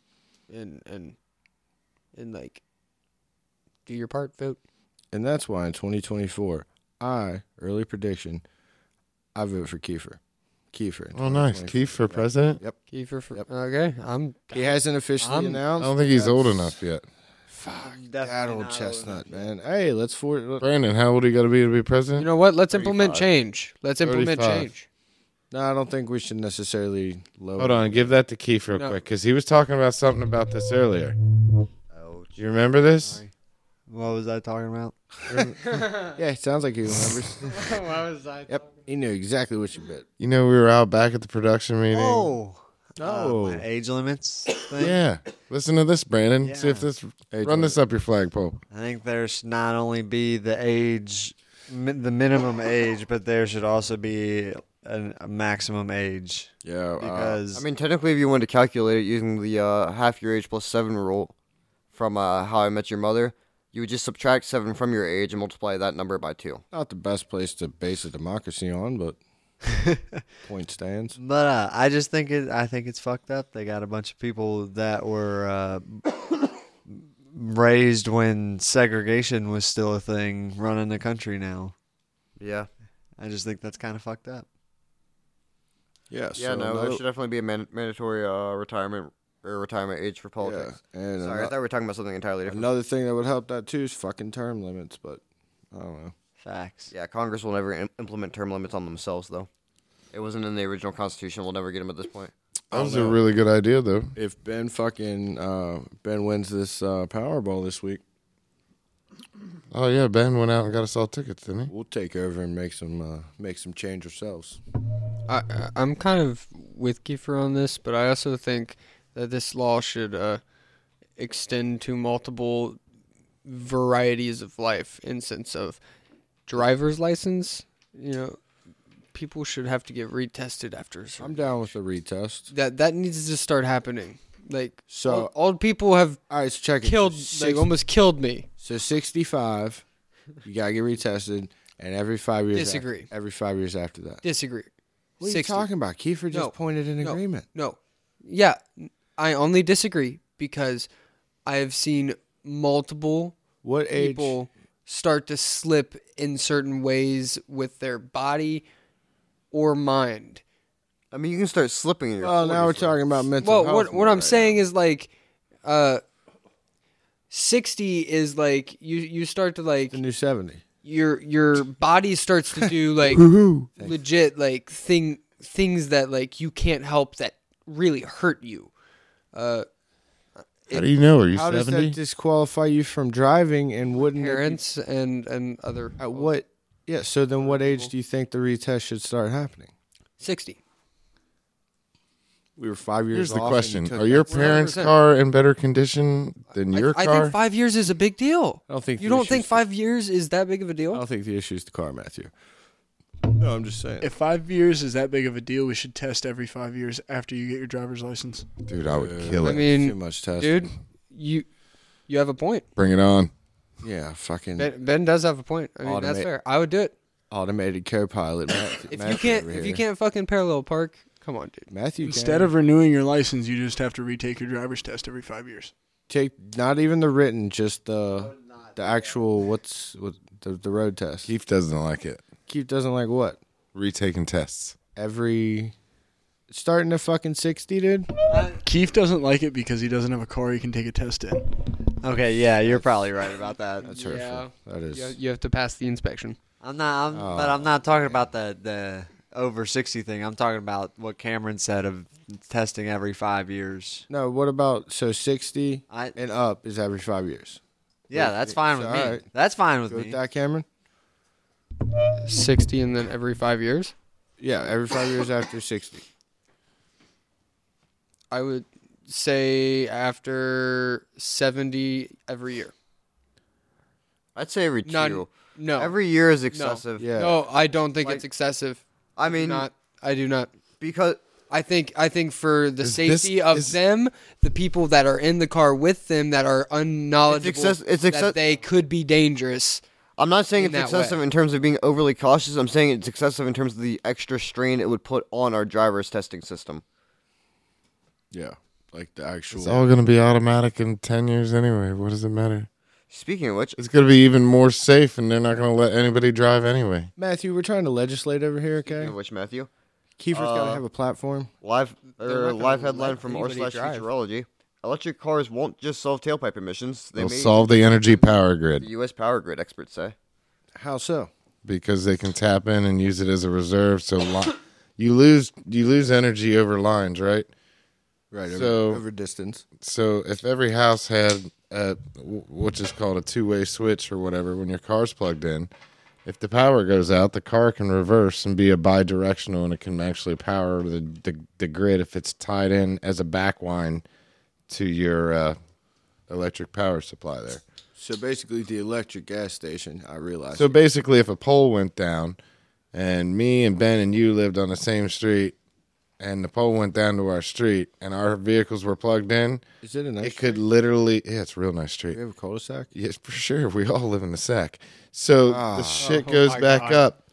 [SPEAKER 1] and and and like do your part. Vote.
[SPEAKER 2] And that's why in 2024, I early prediction, I vote for Kiefer. Kiefer. in
[SPEAKER 4] Oh, nice.
[SPEAKER 2] 2024.
[SPEAKER 4] Keith for president?
[SPEAKER 1] Kiefer for
[SPEAKER 2] Yep.
[SPEAKER 1] okay. I'm
[SPEAKER 2] He hasn't officially
[SPEAKER 1] I'm-
[SPEAKER 4] I
[SPEAKER 2] announced.
[SPEAKER 4] don't think he's
[SPEAKER 2] That's-
[SPEAKER 4] old enough yet.
[SPEAKER 2] Fuck that
[SPEAKER 8] Definitely
[SPEAKER 2] old
[SPEAKER 8] not old
[SPEAKER 2] chestnut, man. Hey, let's for no.
[SPEAKER 4] Brandon, how old do you got to be to be president?
[SPEAKER 1] You know what? Let's implement
[SPEAKER 3] 35.
[SPEAKER 1] change. Let's implement
[SPEAKER 4] 35.
[SPEAKER 1] change.
[SPEAKER 2] I don't think we should necessarily lower.
[SPEAKER 4] Hold on, give that to Keith real
[SPEAKER 1] No.
[SPEAKER 4] quick because he was talking about something about this earlier.
[SPEAKER 8] Oh,
[SPEAKER 4] Do you remember this?
[SPEAKER 8] what was I talking about?
[SPEAKER 2] Yeah, it sounds like he remembers. yep, he knew exactly what you bet.
[SPEAKER 4] You know, we were out back at the production meeting.
[SPEAKER 8] Oh,
[SPEAKER 2] No.
[SPEAKER 8] my age limits. Thing.
[SPEAKER 4] Yeah. Listen to this, Brandon. See if
[SPEAKER 8] Yeah.
[SPEAKER 4] this
[SPEAKER 2] Hey,
[SPEAKER 4] run
[SPEAKER 2] Jordan.
[SPEAKER 4] this up your flagpole.
[SPEAKER 8] I think there should not only be the age, mi- the minimum age, but there should also be an, a maximum age
[SPEAKER 2] Yeah, uh,
[SPEAKER 8] because
[SPEAKER 3] I mean, technically, if you wanted to calculate it using the uh, half your age plus seven rule from uh, How I Met Your Mother, you would just subtract seven from your age and multiply that number by two.
[SPEAKER 2] not the best place to base a democracy on, but point stands.
[SPEAKER 8] But uh, I just think it. I think it's fucked up. They got a bunch of people that were uh, raised when segregation was still a thing running the country. Now,
[SPEAKER 3] Yeah.
[SPEAKER 8] I just think that's kind of fucked up.
[SPEAKER 2] Yeah,
[SPEAKER 3] Yeah, no, there should definitely be a man- mandatory uh, retirement or retirement age for politics.
[SPEAKER 2] Yeah, and
[SPEAKER 3] Sorry, I
[SPEAKER 2] ano-
[SPEAKER 3] thought we were talking about something entirely different.
[SPEAKER 2] another thing that would help that too is fucking term limits, but I don't know.
[SPEAKER 8] Facts.
[SPEAKER 3] Yeah, Congress will never im- implement term limits on themselves, though. It wasn't in the original Constitution. We'll never get them at this point.
[SPEAKER 4] That was a really good idea, though.
[SPEAKER 2] If Ben fucking uh, Ben wins this uh, Powerball this week,
[SPEAKER 4] Oh yeah, Ben went out and got us all tickets, didn't he?
[SPEAKER 2] we'll take over and make some uh, make some change ourselves.
[SPEAKER 1] I, I- I'm kind of with Kiefer on this, but I also think that this law should uh, extend to multiple varieties of life. Instance of driver's license, you know, people should have to get retested after. a
[SPEAKER 2] I'm
[SPEAKER 1] certain-
[SPEAKER 2] down with the retest.
[SPEAKER 1] That that needs to start happening. Like
[SPEAKER 2] So-
[SPEAKER 1] old, old people have
[SPEAKER 2] All right, so check it.
[SPEAKER 1] killed,
[SPEAKER 2] So
[SPEAKER 1] like
[SPEAKER 2] six-
[SPEAKER 1] almost killed me.
[SPEAKER 2] So 65, you gotta get retested, and every five years. after-
[SPEAKER 1] Disagree.
[SPEAKER 2] every five years after that.
[SPEAKER 1] Disagree.
[SPEAKER 2] What are
[SPEAKER 1] 60.
[SPEAKER 2] you talking about? Kiefer just
[SPEAKER 1] No.
[SPEAKER 2] pointed in
[SPEAKER 1] No.
[SPEAKER 2] agreement.
[SPEAKER 1] No. Yeah, I only disagree because I have seen multiple
[SPEAKER 2] What age?
[SPEAKER 1] people start to slip in certain ways with their body or mind.
[SPEAKER 3] I mean, you can start slipping in your.
[SPEAKER 2] Well, now we're
[SPEAKER 3] 40s.
[SPEAKER 2] talking about mental
[SPEAKER 1] Well,
[SPEAKER 2] health.
[SPEAKER 1] what
[SPEAKER 2] more
[SPEAKER 1] what I'm
[SPEAKER 2] right
[SPEAKER 1] saying is like uh 60 is like you you start to like
[SPEAKER 2] now. The new 70.
[SPEAKER 1] your your body starts to do like legit like thing things that like you can't help that really hurt you. Uh
[SPEAKER 4] How do you know? Are you
[SPEAKER 2] How does
[SPEAKER 4] seventy?
[SPEAKER 2] that disqualify you from driving and wouldn't. it be-
[SPEAKER 1] parents and and other
[SPEAKER 2] at what? Yeah, so then what age do you think the retest should start happening?
[SPEAKER 1] 60.
[SPEAKER 2] We were five years
[SPEAKER 4] Here's the
[SPEAKER 2] off and you
[SPEAKER 4] question:
[SPEAKER 2] took
[SPEAKER 4] Are your
[SPEAKER 2] that-
[SPEAKER 4] parents'
[SPEAKER 1] 100%.
[SPEAKER 4] car in better condition than
[SPEAKER 1] I-
[SPEAKER 4] your
[SPEAKER 1] I,
[SPEAKER 4] car?
[SPEAKER 1] think 5 years is a big deal.
[SPEAKER 2] I don't think
[SPEAKER 1] You
[SPEAKER 2] the
[SPEAKER 1] don't think
[SPEAKER 2] issue's-
[SPEAKER 1] 5 years is that big of a deal?
[SPEAKER 2] I don't think the issue is the car, Matthew. No, I'm just saying.
[SPEAKER 7] If five years is that big of a deal, we should test every five years after you get your driver's license.
[SPEAKER 4] Dude, I would kill
[SPEAKER 1] I
[SPEAKER 4] it.
[SPEAKER 1] mean,
[SPEAKER 2] too much test.
[SPEAKER 1] dude, you you have a point.
[SPEAKER 4] Bring it on.
[SPEAKER 2] Yeah, fucking.
[SPEAKER 1] Ben, ben does have a point. I mean, that's
[SPEAKER 2] Automate-
[SPEAKER 1] fair. I would do it
[SPEAKER 2] automated co-pilot. Matt-
[SPEAKER 1] if you
[SPEAKER 2] Matthew
[SPEAKER 1] can't
[SPEAKER 2] over
[SPEAKER 1] if you
[SPEAKER 2] here.
[SPEAKER 1] can't fucking parallel park. Come on, dude.
[SPEAKER 2] Matthew
[SPEAKER 7] Instead of renewing your license, you just have to retake your driver's test every five years.
[SPEAKER 2] take not even the written, just the the actual what's what the, the road test. Keith,
[SPEAKER 4] Keith doesn't like it.
[SPEAKER 2] Keith doesn't like what
[SPEAKER 4] Retaking tests.
[SPEAKER 2] every starting to fucking sixty, dude.
[SPEAKER 7] Keith doesn't like it because he doesn't have a car he can take a test in.
[SPEAKER 8] Okay, yeah, you're probably right about that.
[SPEAKER 2] That's hurtful.
[SPEAKER 1] Yeah.
[SPEAKER 2] That is.
[SPEAKER 1] You, you have to pass the inspection.
[SPEAKER 2] Mm-hmm.
[SPEAKER 8] I'm not,
[SPEAKER 3] Oh,
[SPEAKER 8] I'm, but I'm not talking about the the over sixty thing. I'm talking about what Cameron said of testing every five years.
[SPEAKER 2] No, what about so sixty
[SPEAKER 8] I-
[SPEAKER 2] and up is every five years.
[SPEAKER 8] Yeah, that's fine with
[SPEAKER 2] so,
[SPEAKER 8] me.
[SPEAKER 2] alright.
[SPEAKER 8] That's fine with
[SPEAKER 2] Go
[SPEAKER 8] me.
[SPEAKER 2] with that, Cameron.
[SPEAKER 1] 60 and then every five years?
[SPEAKER 2] Yeah, every five years after sixty.
[SPEAKER 1] I would say after 70 every year.
[SPEAKER 3] I'd say every two.
[SPEAKER 1] None. No.
[SPEAKER 3] Every year is
[SPEAKER 1] no.
[SPEAKER 3] excessive.
[SPEAKER 2] Yeah.
[SPEAKER 1] No, I don't think it's excessive.
[SPEAKER 3] I mean,
[SPEAKER 1] not I do not.
[SPEAKER 3] because
[SPEAKER 1] I think I think for the
[SPEAKER 4] Is this-
[SPEAKER 1] safety of
[SPEAKER 4] is-
[SPEAKER 1] them, the people that are in the car with them that are unknowledgeable,
[SPEAKER 3] It's excess- it's
[SPEAKER 1] that
[SPEAKER 3] excess-
[SPEAKER 1] they could be dangerous.
[SPEAKER 3] I'm not saying
[SPEAKER 1] in
[SPEAKER 3] it's
[SPEAKER 1] that
[SPEAKER 3] excessive
[SPEAKER 1] way.
[SPEAKER 3] in terms of being overly cautious. I'm saying it's excessive in terms of the extra strain it would put on our driver's testing system.
[SPEAKER 2] Yeah, like the actual.
[SPEAKER 4] It's all going to be automatic in 10 years anyway. What does it matter?
[SPEAKER 3] Speaking of which,
[SPEAKER 4] It's going to be even more safe, and they're not going to let anybody drive anyway.
[SPEAKER 2] Matthew, we're trying to legislate over here, okay?
[SPEAKER 3] speaking of which, Matthew,
[SPEAKER 2] Kiefer's got to have a platform.
[SPEAKER 3] live
[SPEAKER 1] not
[SPEAKER 3] er,
[SPEAKER 1] gonna
[SPEAKER 3] live
[SPEAKER 1] let
[SPEAKER 3] headline from r
[SPEAKER 1] anybody
[SPEAKER 3] slash
[SPEAKER 1] drive.
[SPEAKER 3] futurology: Electric cars won't just solve tailpipe emissions; they
[SPEAKER 4] They'll
[SPEAKER 3] may
[SPEAKER 4] solve the energy power
[SPEAKER 3] the
[SPEAKER 4] grid
[SPEAKER 3] U.S. power grid experts say.
[SPEAKER 2] How so?
[SPEAKER 4] because they can tap in and use it as a reserve. So li- you lose you lose energy over lines, right?
[SPEAKER 2] Right over,
[SPEAKER 4] So-
[SPEAKER 2] over distance.
[SPEAKER 4] So if every house had a, which is called a two-way switch or whatever, when your car's plugged in, if the power goes out, the car can reverse and be a bi-directional, and it can actually power the the, the grid if it's tied in as a back line to your uh, electric power supply there.
[SPEAKER 2] So basically, the electric gas station. I realized.
[SPEAKER 4] So basically, if a pole went down, and me and Ben and you lived on the same street, and the pole went down to our street, and our vehicles were plugged in,
[SPEAKER 2] is it a nice?
[SPEAKER 4] it could literally yeah, it's a real nice street.
[SPEAKER 2] we have a cul-de-sac.
[SPEAKER 4] Yes, for sure. We all live in the sack. So
[SPEAKER 2] Ah.
[SPEAKER 4] the shit
[SPEAKER 3] Oh
[SPEAKER 4] goes back up,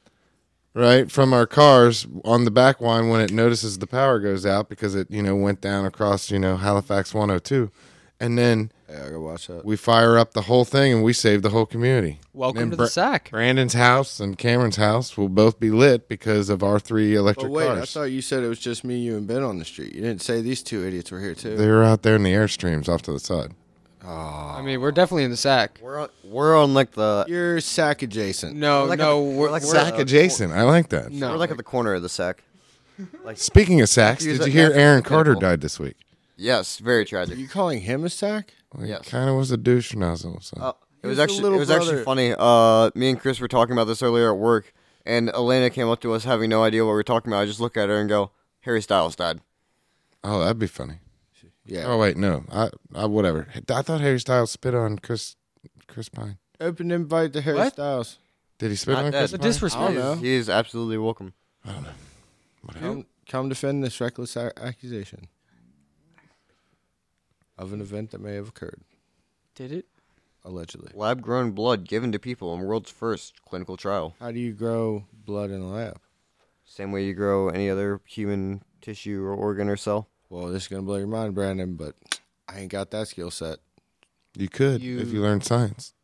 [SPEAKER 4] right, from our cars on the back line when it notices the power goes out because it, you know, went down across, you know, Halifax 102. And then
[SPEAKER 2] Yeah, I gotta watch that.
[SPEAKER 4] we fire up the whole thing and we save the whole community.
[SPEAKER 1] Welcome
[SPEAKER 4] And
[SPEAKER 1] to the sack.
[SPEAKER 4] Brandon's house and Cameron's house will both be lit because of our three
[SPEAKER 2] But
[SPEAKER 4] electric
[SPEAKER 2] wait, I
[SPEAKER 4] cars.
[SPEAKER 2] thought you said it was just me, you, and Ben on the street. You didn't say these two idiots were here too.
[SPEAKER 4] They were out there in the airstreams off to the side.
[SPEAKER 1] I mean, we're definitely in the sack.
[SPEAKER 3] We're on, we're on like the
[SPEAKER 2] You're sack adjacent.
[SPEAKER 1] No,
[SPEAKER 3] like
[SPEAKER 1] no,
[SPEAKER 3] a-
[SPEAKER 1] we're,
[SPEAKER 3] like a
[SPEAKER 1] we're-
[SPEAKER 2] uh,
[SPEAKER 4] Sack adjacent. I like that.
[SPEAKER 1] no.
[SPEAKER 3] we're like at the corner of the sack.
[SPEAKER 4] Speaking of sacks,
[SPEAKER 3] Use
[SPEAKER 4] did you
[SPEAKER 3] that
[SPEAKER 4] hear
[SPEAKER 3] natural
[SPEAKER 4] Aaron Carter
[SPEAKER 3] pinnacle.
[SPEAKER 4] died this week?
[SPEAKER 3] Yes, very
[SPEAKER 2] Are
[SPEAKER 3] tragic.
[SPEAKER 2] you calling him a sack?
[SPEAKER 4] Well,
[SPEAKER 3] Yes.
[SPEAKER 4] He kind of was a douche nozzle. So.
[SPEAKER 3] Uh, it
[SPEAKER 2] He's
[SPEAKER 3] was
[SPEAKER 2] the
[SPEAKER 3] actually
[SPEAKER 2] little
[SPEAKER 3] it was
[SPEAKER 2] brother.
[SPEAKER 3] actually funny. Uh, me and Chris were talking about this earlier at work, and Elena came up to us having no idea what we were talking about. I just look at her and go, "Harry Styles died."
[SPEAKER 4] oh, that'd be funny.
[SPEAKER 2] Yeah.
[SPEAKER 4] Oh wait, no. I, I whatever. I thought Harry Styles spit on Chris Chris Pine.
[SPEAKER 2] Open invite to Harry
[SPEAKER 1] What?
[SPEAKER 2] Styles.
[SPEAKER 4] Did he spit
[SPEAKER 3] Not
[SPEAKER 4] on
[SPEAKER 3] dead.
[SPEAKER 4] Chris
[SPEAKER 1] the
[SPEAKER 4] Pine?
[SPEAKER 1] disrespect.
[SPEAKER 2] I don't know.
[SPEAKER 3] He is absolutely welcome.
[SPEAKER 2] Come, come defend this reckless a- accusation of an event that may have occurred
[SPEAKER 1] Did it?
[SPEAKER 2] allegedly.
[SPEAKER 3] Lab grown blood given to people in world's first clinical trial.
[SPEAKER 2] How do you grow blood in a lab?
[SPEAKER 3] Same way you grow any other human tissue or organ or cell.
[SPEAKER 2] Well, this is gonna blow your mind, Brandon, but I ain't got that skill set.
[SPEAKER 4] You could if
[SPEAKER 1] You-
[SPEAKER 4] you learned science.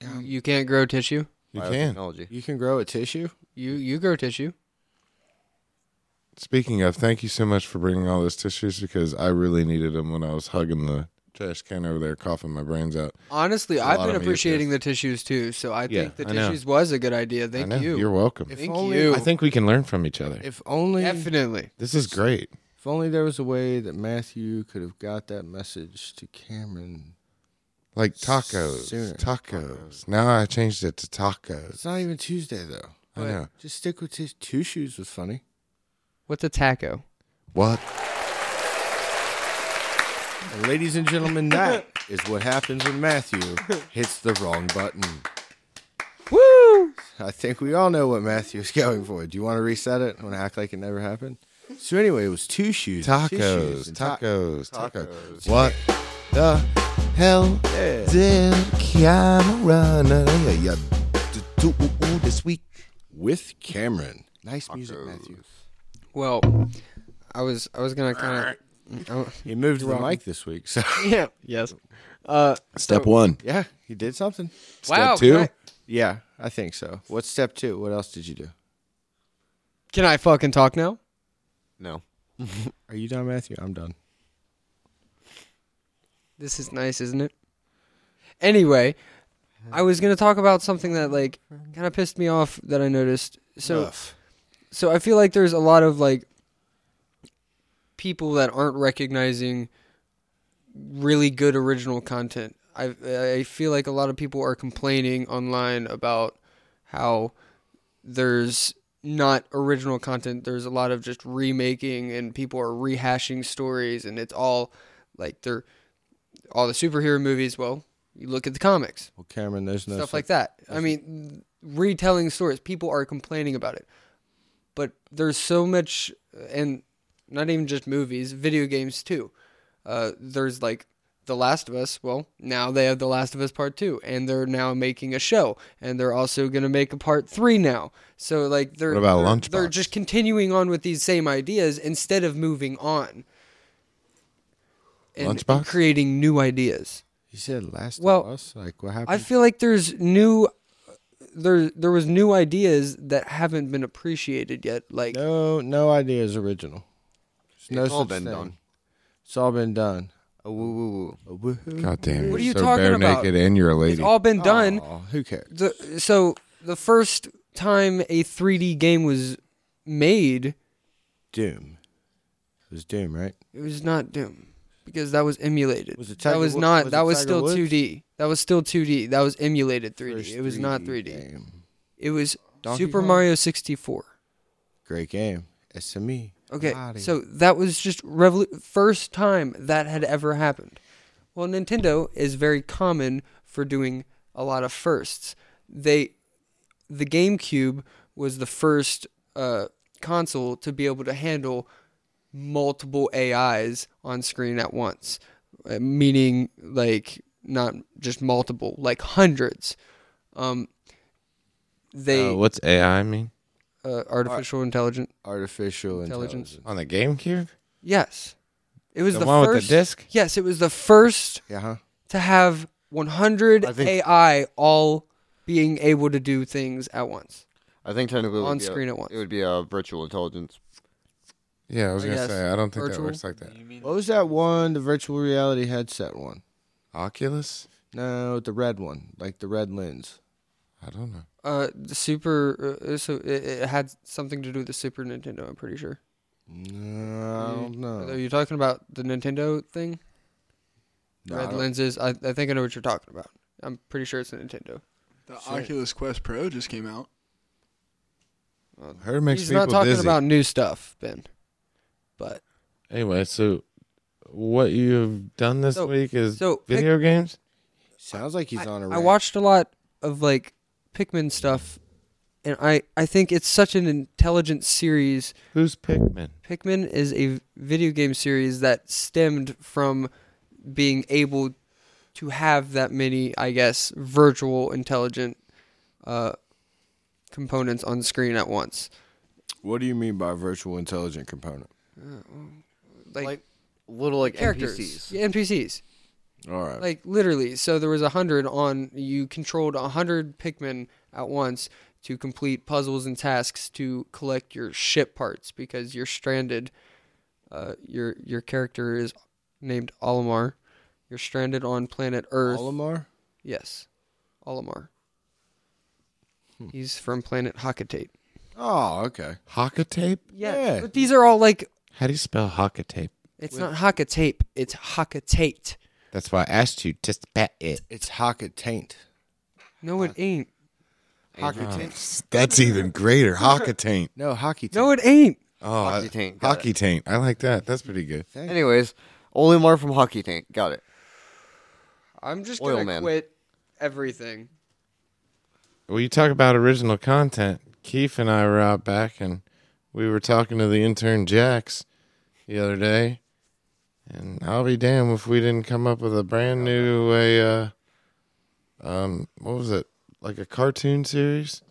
[SPEAKER 1] You- You can't grow tissue.
[SPEAKER 4] You can.
[SPEAKER 3] Biotechnology.
[SPEAKER 2] You can grow a tissue.
[SPEAKER 1] You you grow tissue.
[SPEAKER 4] Speaking of, thank you so much for bringing all those tissues because I really needed them when I was hugging the trash can over there, coughing my brains out.
[SPEAKER 1] Honestly,
[SPEAKER 4] a
[SPEAKER 1] I've
[SPEAKER 4] lot
[SPEAKER 1] been
[SPEAKER 4] of them use
[SPEAKER 1] appreciating the tissues too, so I
[SPEAKER 4] Yeah,
[SPEAKER 1] think the
[SPEAKER 4] I know.
[SPEAKER 1] tissues was a good idea.
[SPEAKER 4] I
[SPEAKER 1] Thank
[SPEAKER 4] know.
[SPEAKER 1] you.
[SPEAKER 4] You're welcome.
[SPEAKER 2] If
[SPEAKER 1] Thank
[SPEAKER 2] only,
[SPEAKER 1] you.
[SPEAKER 4] I think we can learn from each other.
[SPEAKER 2] If only.
[SPEAKER 1] Definitely.
[SPEAKER 4] This is great.
[SPEAKER 2] If only there was a way that Matthew could have got that message to Cameron.
[SPEAKER 4] Like tacos,
[SPEAKER 2] Sooner.
[SPEAKER 4] tacos. Now I changed it to
[SPEAKER 2] It's
[SPEAKER 4] tacos.
[SPEAKER 2] not even Tuesday though.
[SPEAKER 4] I know.
[SPEAKER 2] Just stick with his two shoes was funny.
[SPEAKER 1] What's a taco?
[SPEAKER 4] What?
[SPEAKER 2] And ladies and gentlemen, that is what happens when Matthew hits the wrong button.
[SPEAKER 1] Woo!
[SPEAKER 2] I think we all know what Matthew is going for. Do you want to reset it? I want to act like it never happened. So anyway, it was two shoes. tissues,
[SPEAKER 4] Tacos,
[SPEAKER 2] and ta-
[SPEAKER 4] tacos, tacos. What the hell did Kiana Runner do this week?
[SPEAKER 2] with Cameron. Nice music, Matthew.
[SPEAKER 1] Well, I was I was gonna kind of.
[SPEAKER 2] He moved the mic this week, so
[SPEAKER 1] yeah. Yes. Uh.
[SPEAKER 4] Step one.
[SPEAKER 2] yeah, he did something.
[SPEAKER 1] wow.
[SPEAKER 4] two?
[SPEAKER 1] Can I,
[SPEAKER 2] Yeah, I think so. What's step two? What else did you do?
[SPEAKER 1] can I fucking talk now?
[SPEAKER 3] No.
[SPEAKER 2] Are you done, Matthew? I'm done.
[SPEAKER 1] This is nice, isn't it? Anyway, I was gonna talk about something that like kind of pissed me off that I noticed. So, so I feel like there's a lot of like people that aren't recognizing really good original content. I I feel like a lot of people are complaining online about how there's not original content. There's a lot of just remaking and people are rehashing stories and it's all like they're all the superhero movies. Well, you look at the comics,
[SPEAKER 2] Well, Cameron, there's no
[SPEAKER 1] stuff like that. I mean, retelling stories. People are complaining about it, but there's so much, and not even just movies, video games too. Uh, there's like The Last of Us. Well, now they have The Last of Us Part Two, and they're now making a show, and they're also gonna make a Part Three now. So like, they're
[SPEAKER 4] What about
[SPEAKER 1] they're-
[SPEAKER 4] Lunchbox?
[SPEAKER 1] They're just continuing on with these same ideas instead of moving on. And
[SPEAKER 4] Lunchbox?
[SPEAKER 1] creating new ideas.
[SPEAKER 2] You said last
[SPEAKER 1] Well,
[SPEAKER 2] of us. Like what happened?
[SPEAKER 1] I feel like there's new there there was new ideas that haven't been appreciated yet. Like
[SPEAKER 2] no, no idea is original. There's no
[SPEAKER 3] It's all
[SPEAKER 2] such
[SPEAKER 3] been
[SPEAKER 2] thing.
[SPEAKER 3] done.
[SPEAKER 2] It's all been done.
[SPEAKER 3] Oh, woo, woo, woo.
[SPEAKER 2] Oh, woohoo.
[SPEAKER 4] God damn.
[SPEAKER 1] What are you
[SPEAKER 4] you're so
[SPEAKER 1] talking
[SPEAKER 4] bare
[SPEAKER 1] about?
[SPEAKER 4] naked and you're a
[SPEAKER 1] it's
[SPEAKER 4] lady.
[SPEAKER 1] all been done.
[SPEAKER 2] Aw, who cares?
[SPEAKER 1] The, so the first time a 3D game was made,
[SPEAKER 2] Doom. It was Doom, right?
[SPEAKER 1] it was not Doom because that was emulated.
[SPEAKER 2] Was it
[SPEAKER 1] that
[SPEAKER 2] Tiger
[SPEAKER 1] was
[SPEAKER 2] Wo-
[SPEAKER 1] not
[SPEAKER 2] was
[SPEAKER 1] that
[SPEAKER 2] it
[SPEAKER 1] was
[SPEAKER 2] Tiger
[SPEAKER 1] still
[SPEAKER 2] Woods?
[SPEAKER 1] 2D. That was still 2D. That was emulated 3D.
[SPEAKER 2] First
[SPEAKER 1] it was not 3D.
[SPEAKER 2] game.
[SPEAKER 1] It was
[SPEAKER 2] Donkey
[SPEAKER 1] Super
[SPEAKER 2] Kong?
[SPEAKER 1] Mario 64.
[SPEAKER 2] Great game. SME.
[SPEAKER 1] Okay,
[SPEAKER 2] Body.
[SPEAKER 1] so that was just revolu- first time that had ever happened. Well, Nintendo is very common for doing a lot of firsts. They, the GameCube was the first uh, console to be able to handle multiple AIs on screen at once, uh, meaning like not just multiple, like hundreds. Um, they
[SPEAKER 4] Uh, what's AI mean?
[SPEAKER 1] uh, artificial intelligence.
[SPEAKER 2] artificial
[SPEAKER 1] Intelligence.
[SPEAKER 2] intelligence.
[SPEAKER 4] On the GameCube?
[SPEAKER 1] Yes. It was
[SPEAKER 4] The
[SPEAKER 1] the,
[SPEAKER 4] one with the
[SPEAKER 1] first
[SPEAKER 4] disc?
[SPEAKER 1] Yes, it was the first
[SPEAKER 2] Yeah, huh?
[SPEAKER 1] to have 100
[SPEAKER 3] I think-
[SPEAKER 1] AI all being able to do things at once.
[SPEAKER 3] I think technically it would
[SPEAKER 1] On
[SPEAKER 3] be a-
[SPEAKER 1] screen at once.
[SPEAKER 3] It would be a virtual intelligence.
[SPEAKER 4] Yeah, I was
[SPEAKER 1] I
[SPEAKER 4] gonna
[SPEAKER 1] guess.
[SPEAKER 4] say I don't think
[SPEAKER 1] Virtual?
[SPEAKER 4] that works like that.
[SPEAKER 2] What was that one? The virtual reality headset one?
[SPEAKER 4] Oculus?
[SPEAKER 2] No, the red one, like the red lens.
[SPEAKER 4] I don't know.
[SPEAKER 1] Uh, the super uh, so it, it had something to do with the Super Nintendo. I'm pretty sure. Mm-hmm.
[SPEAKER 2] No, I don't
[SPEAKER 1] Are
[SPEAKER 2] know.
[SPEAKER 1] you talking about the Nintendo thing?
[SPEAKER 2] No, I
[SPEAKER 1] Red
[SPEAKER 2] don't-
[SPEAKER 1] lenses. I, I think I know what you're talking about. I'm pretty sure it's a Nintendo.
[SPEAKER 7] The Oculus Quest Pro just came out.
[SPEAKER 4] Her makes
[SPEAKER 1] He's
[SPEAKER 4] people
[SPEAKER 1] not talking
[SPEAKER 4] dizzy.
[SPEAKER 1] about new stuff, Ben. But
[SPEAKER 4] Anyway, so what you've done this
[SPEAKER 1] So-
[SPEAKER 4] week is
[SPEAKER 1] so pick-
[SPEAKER 4] video games.
[SPEAKER 2] Sounds like he's
[SPEAKER 1] I-
[SPEAKER 2] on a.
[SPEAKER 1] I
[SPEAKER 2] rant.
[SPEAKER 1] watched a lot of like Pikmin stuff, and I I think it's such an intelligent series.
[SPEAKER 4] Who's Pikmin?
[SPEAKER 1] Pikmin is a video game series that stemmed from being able to have that many, I guess, virtual intelligent uh, components on screen at once.
[SPEAKER 2] What do you mean by virtual intelligent component?
[SPEAKER 1] Like,
[SPEAKER 3] Like little like
[SPEAKER 1] characters,
[SPEAKER 3] NPCs.
[SPEAKER 1] Yeah, NPCs.
[SPEAKER 2] All right.
[SPEAKER 1] Like literally, so there was a hundred on. You controlled a hundred Pikmin at once to complete puzzles and tasks to collect your ship parts because you're stranded. Uh, your your character is named Olimar. You're stranded on planet Earth.
[SPEAKER 2] Olimar?
[SPEAKER 1] yes, Olimar. He's from planet Hakatate.
[SPEAKER 2] Oh, okay.
[SPEAKER 4] Hockatape?
[SPEAKER 1] Yeah,
[SPEAKER 2] Yeah.
[SPEAKER 1] but these are all like
[SPEAKER 4] How do you spell Hockatape?
[SPEAKER 1] it's not Hakatate. It's Hakatate.
[SPEAKER 4] That's why I asked you to spell it.
[SPEAKER 2] It's Hocket Taint.
[SPEAKER 1] No, it ain't.
[SPEAKER 2] Hockey Taint?
[SPEAKER 4] That's even greater. Hockataint.
[SPEAKER 2] No, Hockey Taint.
[SPEAKER 1] No, it ain't.
[SPEAKER 4] Oh, hockey
[SPEAKER 3] Hockeytaint, got
[SPEAKER 4] Hockey taint. I like that. That's pretty good.
[SPEAKER 3] Anyways, Olimar from Hockey Tank. Got it.
[SPEAKER 1] I'm just
[SPEAKER 3] Oil
[SPEAKER 1] gonna
[SPEAKER 3] Man.
[SPEAKER 1] quit everything.
[SPEAKER 4] Well, you talk about original content. Keith and I were out back, and we were talking to the intern Jax the other day, and I'll be damned if we didn't come up with a brand new way. Uh, um, what was it? Like a cartoon series?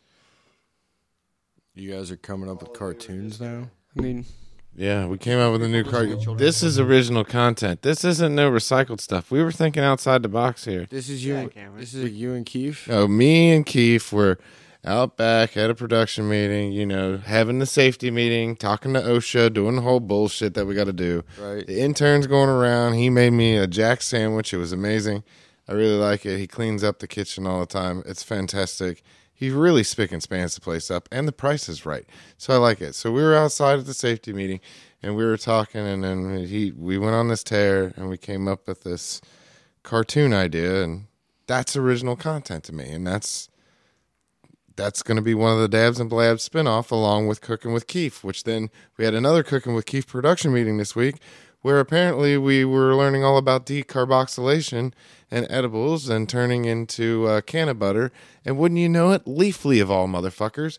[SPEAKER 2] You guys are coming up with cartoons now?
[SPEAKER 1] I mean,
[SPEAKER 4] Yeah, we came out with a new car. This is original content. This isn't no recycled stuff. We were thinking outside the box here.
[SPEAKER 2] This is you. and, this is you and Keith.
[SPEAKER 4] Oh, me and Keith were out back at a production meeting, you know, having the safety meeting, talking to OSHA, doing the whole bullshit that we got to do.
[SPEAKER 2] Right.
[SPEAKER 4] The intern's going around. He made me a jack sandwich. It was amazing. I really like it. He cleans up the kitchen all the time. It's fantastic. He really spick and spans the place up, and the price is right. So I like it. So we were outside at the safety meeting, and we were talking, and then he we went on this tear, and we came up with this cartoon idea, and that's original content to me, and that's that's going to be one of the Dabs and Blabs spinoff, along with Cooking with Keef, which then we had another Cooking with Keef production meeting this week, where apparently we were learning all about decarboxylation and edibles and turning into uh, canna butter. And wouldn't you know it, Leafly of all motherfuckers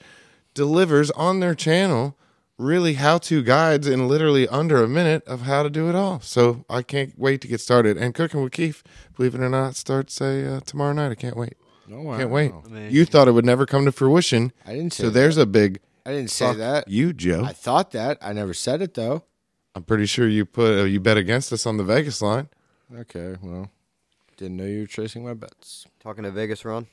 [SPEAKER 4] delivers on their channel really how-to guides in literally under a minute of how to do it all. So I can't wait to get started. And Cooking with Keef, believe it or not, starts uh, tomorrow night. I can't wait.
[SPEAKER 2] No, I
[SPEAKER 4] Can't wait. You thought it would never come to fruition.
[SPEAKER 2] I didn't say
[SPEAKER 4] So there's a big
[SPEAKER 2] I didn't say
[SPEAKER 4] fuck
[SPEAKER 2] that.
[SPEAKER 4] you, Joe.
[SPEAKER 2] I thought that. I never said it though.
[SPEAKER 4] I'm pretty sure you put uh, you bet against us on the Vegas line.
[SPEAKER 2] Okay, well, didn't know you were tracing my bets.
[SPEAKER 3] Talking to Vegas, Ron.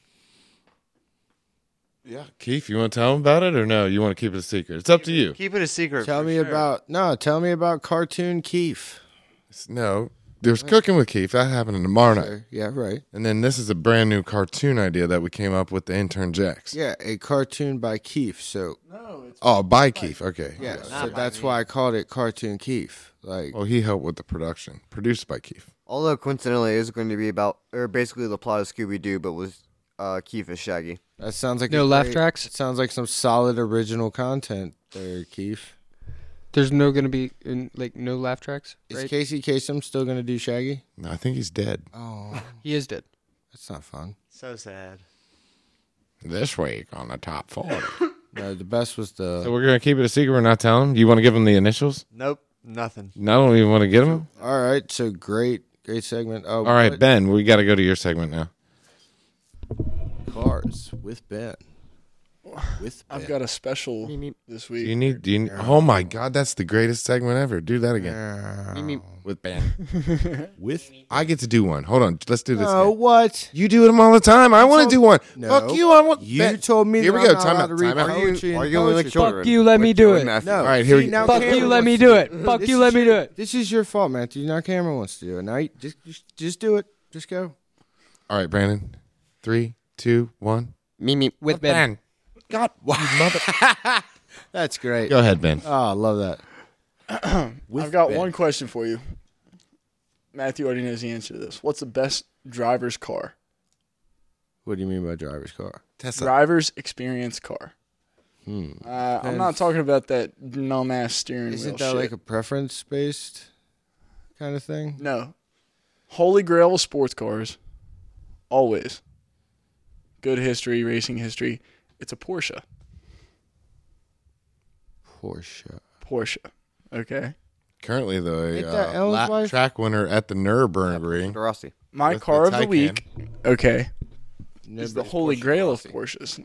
[SPEAKER 4] Yeah, Keith, you want to tell them about it or no? You want to keep it a secret? It's up to you.
[SPEAKER 8] Keep it a secret.
[SPEAKER 2] Tell
[SPEAKER 8] for
[SPEAKER 2] me
[SPEAKER 8] sure.
[SPEAKER 2] about no. Tell me about cartoon Keef.
[SPEAKER 4] It's- No, there's cooking with Keith. That happening tomorrow night.
[SPEAKER 2] Okay, Uh, Yeah, right.
[SPEAKER 4] And then this is a brand new cartoon idea that we came up with the intern Jax.
[SPEAKER 2] Yeah, a cartoon by Keef. So
[SPEAKER 4] Oh, by Keith. Okay.
[SPEAKER 2] yeah, so that's why I called it cartoon Keef. Like
[SPEAKER 4] Well, he helped with the production, produced by Keith.
[SPEAKER 3] Although coincidentally, it is going to be about, or basically the plot of Scooby Doo, but with uh, Keith as Shaggy.
[SPEAKER 2] that sounds like
[SPEAKER 1] No
[SPEAKER 2] a
[SPEAKER 1] laugh
[SPEAKER 2] great-
[SPEAKER 1] tracks?
[SPEAKER 2] It sounds like some solid original content there, Keef.
[SPEAKER 1] There's no gonna be in, like no laugh tracks.
[SPEAKER 2] Is
[SPEAKER 1] Right?
[SPEAKER 2] Casey Kasem still gonna do Shaggy?
[SPEAKER 4] No, I think he's dead.
[SPEAKER 2] Oh,
[SPEAKER 1] He is dead.
[SPEAKER 2] that's not fun.
[SPEAKER 8] So sad.
[SPEAKER 4] This week on the top forty.
[SPEAKER 2] No, the best was
[SPEAKER 4] so
[SPEAKER 2] the.
[SPEAKER 4] we're gonna keep it a secret. We're not telling him. You want to give him the initials?
[SPEAKER 8] Nope. Nothing.
[SPEAKER 4] No, I don't even want to give him.
[SPEAKER 2] All right, so great, great segment. Oh,
[SPEAKER 4] All right,
[SPEAKER 2] what-
[SPEAKER 4] Ben, we got to go to your segment now.
[SPEAKER 2] cars with Ben. With Ben.
[SPEAKER 7] I've got a special this week.
[SPEAKER 4] Do you need? Do you? Need, oh my God, that's the greatest segment ever. Do that again with Ben.
[SPEAKER 2] with
[SPEAKER 4] I get to do one. Hold on, let's do this.
[SPEAKER 2] Oh,
[SPEAKER 4] now.
[SPEAKER 2] what?
[SPEAKER 4] You do them all the time. I want to do one.
[SPEAKER 2] No.
[SPEAKER 4] Fuck you. I want.
[SPEAKER 2] You
[SPEAKER 4] Ben.
[SPEAKER 2] told me
[SPEAKER 4] Here
[SPEAKER 2] that
[SPEAKER 4] we go.
[SPEAKER 2] I'm not
[SPEAKER 4] Time
[SPEAKER 2] allowed
[SPEAKER 4] out.
[SPEAKER 2] to read
[SPEAKER 4] Time out.
[SPEAKER 2] poetry and
[SPEAKER 3] Arguing
[SPEAKER 2] poetry.
[SPEAKER 3] like children.
[SPEAKER 1] you, let
[SPEAKER 3] like
[SPEAKER 1] me do
[SPEAKER 3] Joe
[SPEAKER 1] it.
[SPEAKER 3] and Matthew.
[SPEAKER 2] No.
[SPEAKER 4] All right, here
[SPEAKER 2] See,
[SPEAKER 4] we-
[SPEAKER 2] now
[SPEAKER 1] Fuck
[SPEAKER 2] Cameron
[SPEAKER 1] you, let
[SPEAKER 2] wants
[SPEAKER 1] me
[SPEAKER 2] to
[SPEAKER 1] do it. Fuck
[SPEAKER 2] This
[SPEAKER 1] you,
[SPEAKER 2] is
[SPEAKER 1] let me
[SPEAKER 2] your-
[SPEAKER 1] do it.
[SPEAKER 2] This is your fault, Matthew. Now Cameron wants to do it. Now you- just, just, just do it. Just go.
[SPEAKER 4] All right, Brandon. Three, two, one.
[SPEAKER 3] Me, me.
[SPEAKER 1] With Ben.
[SPEAKER 4] God, you mother.
[SPEAKER 2] That's great.
[SPEAKER 4] go ahead, Ben.
[SPEAKER 2] Oh, I love that.
[SPEAKER 7] I've got one question for you. Matthew already knows the answer to this. What's the best driver's car?
[SPEAKER 2] What do you mean by driver's car?
[SPEAKER 4] Tesla.
[SPEAKER 7] Driver's experience car.
[SPEAKER 4] Hmm.
[SPEAKER 7] Uh, I'm not talking about that numb ass steering wheel
[SPEAKER 2] Isn't that
[SPEAKER 7] shit.
[SPEAKER 2] like a preference based kind of thing?
[SPEAKER 7] no. Holy grail of sports cars. Always. Good history, racing history. It's a Porsche.
[SPEAKER 2] Porsche.
[SPEAKER 7] Porsche. Okay.
[SPEAKER 4] Currently, the
[SPEAKER 2] Ain't that
[SPEAKER 4] uh,
[SPEAKER 2] Ellen's
[SPEAKER 4] lap
[SPEAKER 2] wife? Uh,
[SPEAKER 4] track winner at the Nurburgring.
[SPEAKER 3] Rossi.
[SPEAKER 7] My
[SPEAKER 4] With the
[SPEAKER 7] car of the
[SPEAKER 4] Taycan.
[SPEAKER 7] week. Okay.
[SPEAKER 2] No,
[SPEAKER 7] is the holy grail of Porsches.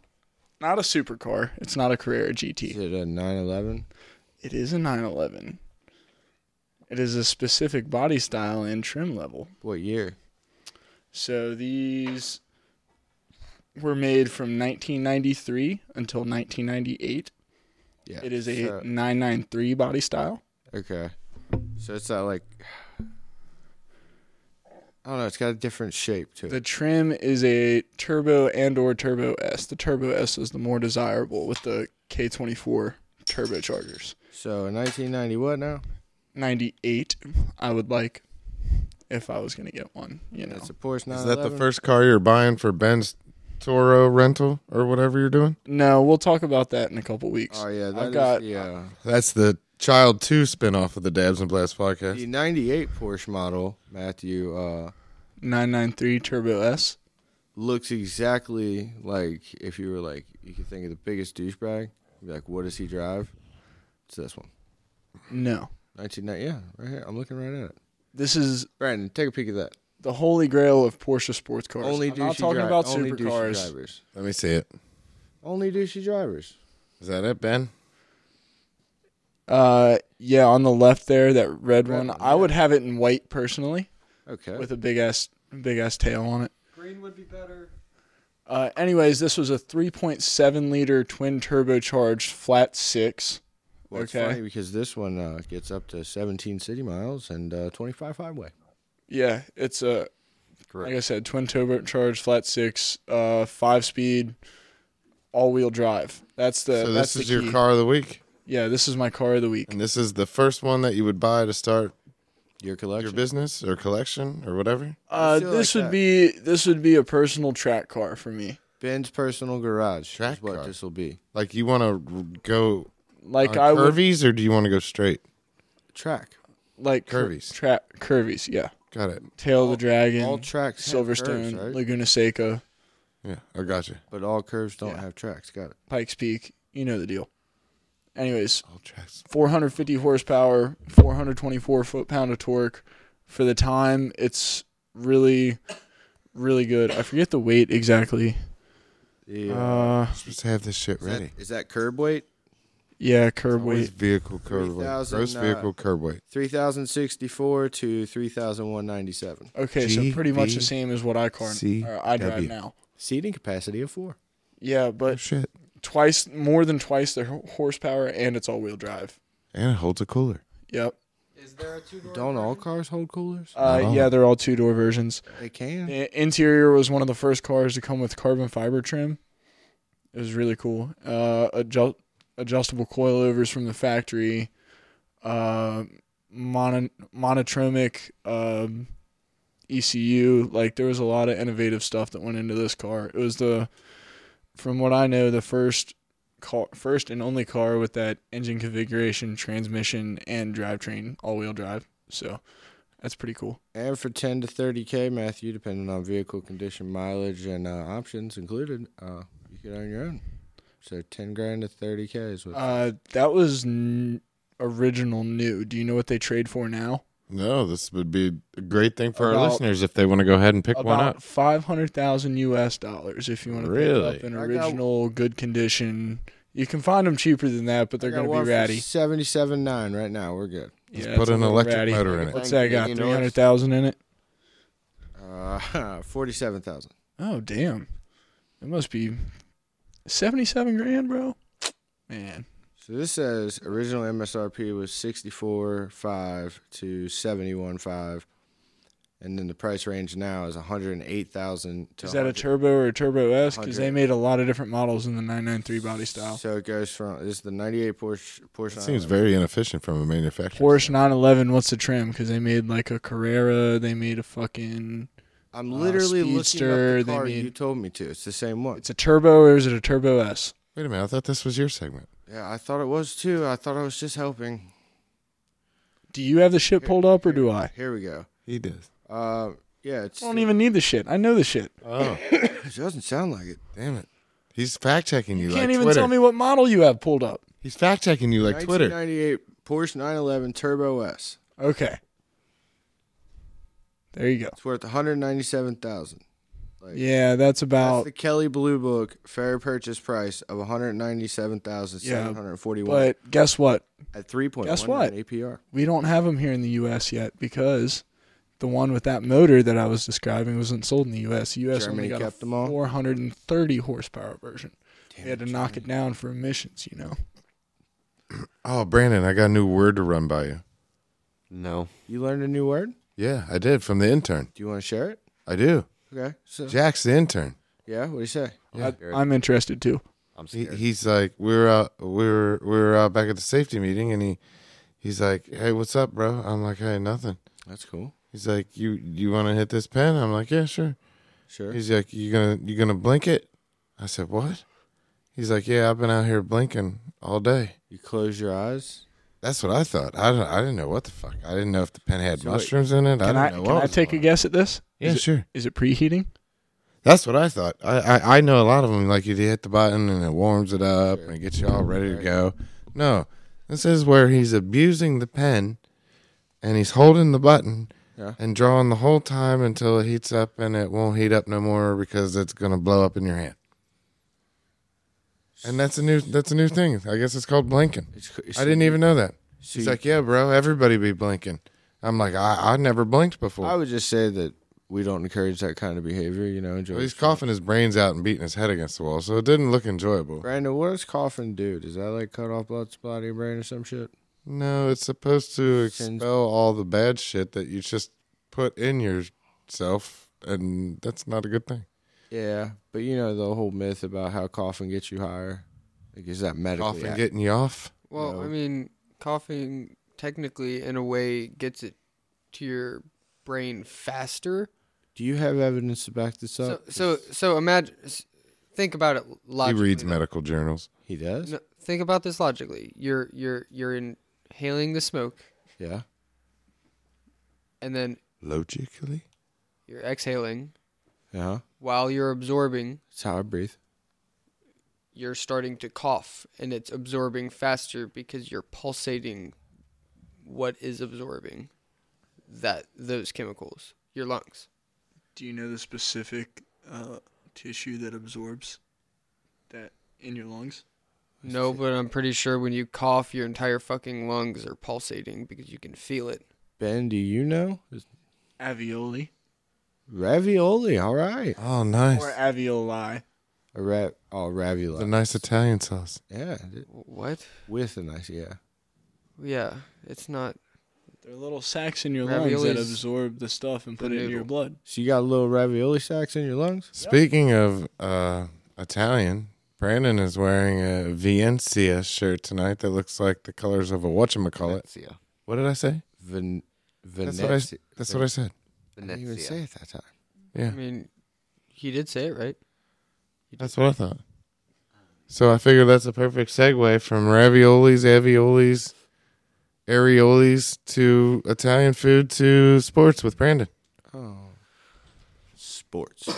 [SPEAKER 7] Not a supercar. It's not a Carrera GT.
[SPEAKER 2] Is it a 911?
[SPEAKER 7] It is a 911. It is a specific body style and trim level.
[SPEAKER 2] What year?
[SPEAKER 7] So these were made from 1993 until 1998.
[SPEAKER 2] Yeah.
[SPEAKER 7] It is a
[SPEAKER 2] so-
[SPEAKER 7] 993 body style.
[SPEAKER 2] Okay. So it's not like I don't know, it's got a different shape to it.
[SPEAKER 7] The trim is a turbo and or turbo S. The turbo S is the more desirable with the K24 turbochargers.
[SPEAKER 2] So in nineteen ninety what now?
[SPEAKER 7] 98 I would like if I was going to get one, you know.
[SPEAKER 2] That's a Porsche nine.
[SPEAKER 4] Is that the first car you're buying for Ben's Toro rental or whatever you're doing?
[SPEAKER 7] no, we'll talk about that in a couple weeks.
[SPEAKER 2] Oh yeah,
[SPEAKER 7] I've
[SPEAKER 2] that's
[SPEAKER 7] got
[SPEAKER 2] the, uh,
[SPEAKER 4] That's the Child 2 spinoff of the Dabs and Blast podcast.
[SPEAKER 2] the ninety eight Porsche model, Matthew, uh,
[SPEAKER 7] 993 Turbo S.
[SPEAKER 2] looks exactly like if you were like you could think of the biggest douchebag, you'd be like, What does he drive? It's this one.
[SPEAKER 7] No.
[SPEAKER 2] Nineteen ninety yeah, right here. I'm looking right at it.
[SPEAKER 7] This is
[SPEAKER 2] Brandon, take a peek at that.
[SPEAKER 7] the holy grail of Porsche sports cars.
[SPEAKER 2] Only
[SPEAKER 7] I'm not
[SPEAKER 2] douchey,
[SPEAKER 7] talking
[SPEAKER 2] dri-
[SPEAKER 7] about
[SPEAKER 2] only douchey
[SPEAKER 7] supercars.
[SPEAKER 2] drivers.
[SPEAKER 4] Let me see it.
[SPEAKER 2] Only douchey drivers.
[SPEAKER 4] Is that it, Ben?
[SPEAKER 7] Uh yeah, on the left there, that red, one.
[SPEAKER 2] one,
[SPEAKER 7] I would have it in white personally,
[SPEAKER 2] Okay.
[SPEAKER 7] with a big ass big ass tail on it.
[SPEAKER 1] Green would be better.
[SPEAKER 7] Uh, anyways, this was a 3.7 liter twin turbocharged flat six.
[SPEAKER 2] Well, it's
[SPEAKER 7] Okay.
[SPEAKER 2] funny because this one uh, gets up to 17 city miles and uh, 25 highway.
[SPEAKER 7] Yeah, it's a like I
[SPEAKER 3] Correct.
[SPEAKER 7] said, twin turbocharged flat six, uh, five speed, all wheel drive. That's the
[SPEAKER 4] so
[SPEAKER 7] Uh, that's
[SPEAKER 4] this
[SPEAKER 7] the
[SPEAKER 4] is your
[SPEAKER 7] key.
[SPEAKER 4] car of the week,
[SPEAKER 7] Yeah, this is my car of the week.
[SPEAKER 4] and this is the first one that you would buy to start
[SPEAKER 2] Your collection.
[SPEAKER 4] your business or collection or whatever.
[SPEAKER 7] Uh,
[SPEAKER 2] feel like
[SPEAKER 7] this would
[SPEAKER 2] that.
[SPEAKER 7] be this would be a personal track car for me.
[SPEAKER 2] Ben's personal garage
[SPEAKER 4] Track
[SPEAKER 2] is what
[SPEAKER 4] car.
[SPEAKER 2] this will be.
[SPEAKER 4] Like you want to go
[SPEAKER 7] Like
[SPEAKER 2] Uh,
[SPEAKER 4] on
[SPEAKER 7] I would
[SPEAKER 4] curvies or do you want to go straight?
[SPEAKER 2] Track.
[SPEAKER 7] like cur-
[SPEAKER 4] curvies.
[SPEAKER 7] track curvies. Yeah,
[SPEAKER 4] Got it.
[SPEAKER 7] tail of the dragon,
[SPEAKER 2] all tracks have curves,
[SPEAKER 7] Silverstone,
[SPEAKER 2] right?
[SPEAKER 7] Laguna Seca,
[SPEAKER 4] Yeah, I got you.
[SPEAKER 2] But all curves don't
[SPEAKER 7] Yeah.
[SPEAKER 2] have tracks. Got it.
[SPEAKER 7] Pikes Peak. You know the deal. Anyways,
[SPEAKER 4] All tracks.
[SPEAKER 7] 450 horsepower, 424 foot pound of torque. For the time, it's really, really good. I forget the weight exactly.
[SPEAKER 2] Yeah.
[SPEAKER 7] Uh,
[SPEAKER 4] I'm supposed to have this shit
[SPEAKER 2] is, that-
[SPEAKER 4] ready.
[SPEAKER 2] is that curb weight?
[SPEAKER 7] yeah, curb
[SPEAKER 4] Always
[SPEAKER 7] weight.
[SPEAKER 4] vehicle curb weight.
[SPEAKER 2] 3,000,
[SPEAKER 4] Gross
[SPEAKER 2] uh,
[SPEAKER 4] vehicle curb weight.
[SPEAKER 2] 3,064 to 3,197.
[SPEAKER 7] Okay, so pretty much the same as what I car
[SPEAKER 4] GVCW.
[SPEAKER 7] or I drive now.
[SPEAKER 2] Seating capacity of four.
[SPEAKER 7] Yeah,
[SPEAKER 4] Oh,
[SPEAKER 7] but
[SPEAKER 4] shit.
[SPEAKER 7] twice more than twice the h- horsepower, and it's all wheel drive.
[SPEAKER 4] And it holds a cooler.
[SPEAKER 7] Yep.
[SPEAKER 1] Is there a two door?
[SPEAKER 2] Don't all cars hold coolers?
[SPEAKER 7] Uh,
[SPEAKER 4] Wow.
[SPEAKER 7] yeah, they're all two door versions.
[SPEAKER 2] They can.
[SPEAKER 7] The interior was one of the first cars to come with carbon fiber trim. It was really cool. Uh, adjust, adjustable coilovers from the factory, uh, mono, monotromic um, ECU. Like there was a lot of innovative stuff that went into this car. It was the, from what I know, the first car, first and only car with that engine configuration, transmission, and drivetrain all wheel drive. So that's pretty cool.
[SPEAKER 2] And for 10 to 30K, Matthew, depending on vehicle condition, mileage, and uh, options included, uh, you could own your own. So 10 grand to 30K is what.
[SPEAKER 7] Uh, that was n- original new. Do you know what they trade for now?
[SPEAKER 4] No, this would be a great thing for our
[SPEAKER 7] About-
[SPEAKER 4] listeners if they want to go ahead and pick one up.
[SPEAKER 7] About five hundred thousand U.S. dollars if you want to
[SPEAKER 4] Really?
[SPEAKER 7] pick up an
[SPEAKER 2] I got-
[SPEAKER 7] original, good condition. You can find them cheaper than that, but they're going to be ratty.
[SPEAKER 2] 77.9 right now. We're good.
[SPEAKER 7] Yeah,
[SPEAKER 4] Put
[SPEAKER 7] it's a
[SPEAKER 4] an
[SPEAKER 7] little
[SPEAKER 4] electric
[SPEAKER 7] ratty.
[SPEAKER 4] motor in it.
[SPEAKER 7] What's that got?
[SPEAKER 3] You know,
[SPEAKER 7] Three
[SPEAKER 3] it's-
[SPEAKER 7] hundred thousand in it.
[SPEAKER 2] Uh, 47,000.
[SPEAKER 7] Oh damn! It must be seventy-seven grand, bro. Man,
[SPEAKER 2] So this says original MSRP was 64.5 to 71.5. And then the price range now is 108,000 to
[SPEAKER 7] is that a
[SPEAKER 2] 100
[SPEAKER 7] turbo or a turbo S? Because they
[SPEAKER 2] Hundred.
[SPEAKER 7] made a lot of different models in the nine nine three body style.
[SPEAKER 2] So it goes from this is the 98 Porsche Porsche.
[SPEAKER 4] That seems
[SPEAKER 2] Island.
[SPEAKER 4] very inefficient from a manufacturer.
[SPEAKER 7] Porsche 911. What's the trim? Because they made like a Carrera. They made a fucking.
[SPEAKER 2] I'm
[SPEAKER 7] uh,
[SPEAKER 2] literally looking
[SPEAKER 7] Speedster,
[SPEAKER 2] up the
[SPEAKER 7] they
[SPEAKER 2] car
[SPEAKER 7] mean-
[SPEAKER 2] you told me to. It's the same one.
[SPEAKER 7] It's a turbo or is it a turbo S?
[SPEAKER 4] Wait a minute, I thought this was your segment.
[SPEAKER 2] Yeah, I thought it was too. I thought I was just helping.
[SPEAKER 7] Do you have the shit pulled up or do I?
[SPEAKER 2] Here we go.
[SPEAKER 4] He does.
[SPEAKER 2] Uh, yeah, it's,
[SPEAKER 7] I don't even need the shit. I know the shit.
[SPEAKER 4] Oh,
[SPEAKER 2] it doesn't sound like it.
[SPEAKER 4] damn it. He's fact checking you,
[SPEAKER 7] You
[SPEAKER 4] like
[SPEAKER 7] can't even
[SPEAKER 4] Twitter.
[SPEAKER 7] tell me what model you have pulled up.
[SPEAKER 4] He's fact checking you like Twitter.
[SPEAKER 2] 1998 Porsche 911 Turbo S.
[SPEAKER 7] Okay. There you go.
[SPEAKER 2] It's worth 197,000.
[SPEAKER 7] Yeah, that's
[SPEAKER 2] That's
[SPEAKER 7] about.
[SPEAKER 2] the Kelly Blue Book fair purchase price of 197,741
[SPEAKER 7] But guess what?
[SPEAKER 2] at 3.1
[SPEAKER 7] Guess what?
[SPEAKER 2] APR.
[SPEAKER 7] We don't have them here in the U.S. yet because the one with that motor that I was describing wasn't sold in the U.S. The U.S.
[SPEAKER 2] Germany
[SPEAKER 7] only got
[SPEAKER 2] kept
[SPEAKER 7] a
[SPEAKER 2] them all?
[SPEAKER 7] 430 horsepower version. we had to knock it down for emissions, you know.
[SPEAKER 4] Oh, Brandon, I got a new word to run by you.
[SPEAKER 3] No.
[SPEAKER 2] You learned a new word?
[SPEAKER 4] Yeah, I did from the intern.
[SPEAKER 2] Do you want to share it?
[SPEAKER 4] I do.
[SPEAKER 2] Okay. So,
[SPEAKER 4] Jack's the intern.
[SPEAKER 2] yeah, what do you say?
[SPEAKER 4] Yeah.
[SPEAKER 3] Scared.
[SPEAKER 7] I'm interested too.
[SPEAKER 3] I'm
[SPEAKER 4] He,
[SPEAKER 3] scared.
[SPEAKER 4] he's like, we were out, we were we were out back at the safety meeting, and he he's like, hey, what's up, bro? I'm like, hey, nothing.
[SPEAKER 2] That's cool.
[SPEAKER 4] He's like, you you want to hit this pen? I'm like, yeah, sure.
[SPEAKER 2] Sure.
[SPEAKER 4] He's like, you gonna you gonna blink it? I said, what? He's like, yeah, I've been out here blinking all day.
[SPEAKER 2] you close your eyes.
[SPEAKER 4] That's what I thought. I don't, I didn't know what the fuck. I didn't know if the pen had
[SPEAKER 2] So wait,
[SPEAKER 4] mushrooms in it. I
[SPEAKER 7] Can
[SPEAKER 4] didn't
[SPEAKER 7] I,
[SPEAKER 4] know
[SPEAKER 7] can
[SPEAKER 4] what
[SPEAKER 7] I
[SPEAKER 4] was
[SPEAKER 7] take a
[SPEAKER 4] going on.
[SPEAKER 7] guess at this?
[SPEAKER 4] Yeah,
[SPEAKER 7] is it,
[SPEAKER 4] sure.
[SPEAKER 7] Is it preheating?
[SPEAKER 4] That's what I thought. I, I, I know a lot of them. Like you hit the button and it warms it up and it gets you all ready to go. No, this is where he's abusing the pen, and he's holding the button
[SPEAKER 2] Yeah.
[SPEAKER 4] and drawing the whole time until it heats up and it won't heat up no more because it's gonna blow up in your hand. And that's a new that's a new thing. I guess it's called blinking.
[SPEAKER 2] It's, it's,
[SPEAKER 4] I didn't even know that.
[SPEAKER 2] So
[SPEAKER 4] He's
[SPEAKER 2] you-
[SPEAKER 4] like, yeah, bro, everybody be blinking. I'm like, I, I never blinked before.
[SPEAKER 2] I would just say that we don't encourage that kind of behavior. You know, enjoy.
[SPEAKER 4] Well, he's coughing his brains out and beating his head against the wall, so it didn't look enjoyable.
[SPEAKER 2] Brandon, what does coughing do? Does that like cut off blood supply to your brain or some shit?
[SPEAKER 4] No, it's supposed to
[SPEAKER 2] Sins-
[SPEAKER 4] expel all the bad shit that you just put in yourself, and that's not a good thing.
[SPEAKER 2] Yeah, but you know the whole myth about how coughing gets you higher. Like, is that medically?
[SPEAKER 4] Coughing
[SPEAKER 2] ac-
[SPEAKER 4] getting you off.
[SPEAKER 1] Well,
[SPEAKER 2] No.
[SPEAKER 1] I mean, coughing technically, in a way, gets it to your brain faster.
[SPEAKER 2] do you have evidence to back this
[SPEAKER 1] So,
[SPEAKER 2] up?
[SPEAKER 1] so, so imagine, think about it logically.
[SPEAKER 4] he reads medical journals.
[SPEAKER 2] he does.
[SPEAKER 1] No, think about this logically. You're you're you're inhaling the smoke,
[SPEAKER 2] Yeah.
[SPEAKER 1] and then
[SPEAKER 4] Logically,
[SPEAKER 1] you're exhaling
[SPEAKER 2] Yeah.
[SPEAKER 1] while you're absorbing.
[SPEAKER 2] Uh-huh. That's how I breathe.
[SPEAKER 1] You're starting to cough, and it's absorbing faster because you're pulsating what is absorbing that those chemicals, your lungs.
[SPEAKER 7] Do you know the specific uh, tissue that absorbs that in your lungs?
[SPEAKER 1] No, but I'm pretty sure when you cough, your entire fucking lungs are pulsating because you can feel it.
[SPEAKER 2] Ben, do you know? Is-
[SPEAKER 7] Alveoli
[SPEAKER 2] Ravioli. All right.
[SPEAKER 4] oh nice,
[SPEAKER 7] or alveoli.
[SPEAKER 2] A ra- oh, ravioli.
[SPEAKER 4] the nice Italian sauce.
[SPEAKER 2] yeah. th-
[SPEAKER 1] What?
[SPEAKER 2] With a nice. Yeah.
[SPEAKER 1] Yeah, it's not.
[SPEAKER 7] They're little sacs in your lungs that
[SPEAKER 1] Ravioli's
[SPEAKER 7] absorb the stuff and put it in your
[SPEAKER 1] noodle.
[SPEAKER 7] blood.
[SPEAKER 2] So you got little ravioli sacks in your lungs?
[SPEAKER 4] Speaking of uh, Italian, Brandon is wearing a Viencia shirt tonight that looks like the colors of a whatchamacallit.
[SPEAKER 3] Venetia.
[SPEAKER 4] What did I say?
[SPEAKER 2] Ven-
[SPEAKER 4] That's what I,
[SPEAKER 2] Venezia.
[SPEAKER 4] that's what I said.
[SPEAKER 2] didn't even say
[SPEAKER 3] Venetia.
[SPEAKER 2] it that time.
[SPEAKER 4] Yeah.
[SPEAKER 1] I mean, he did say it right.
[SPEAKER 4] That's what I thought. So I figure that's a perfect segue from raviolis, aviolis, areolis to Italian food to sports with Brandon.
[SPEAKER 2] Sports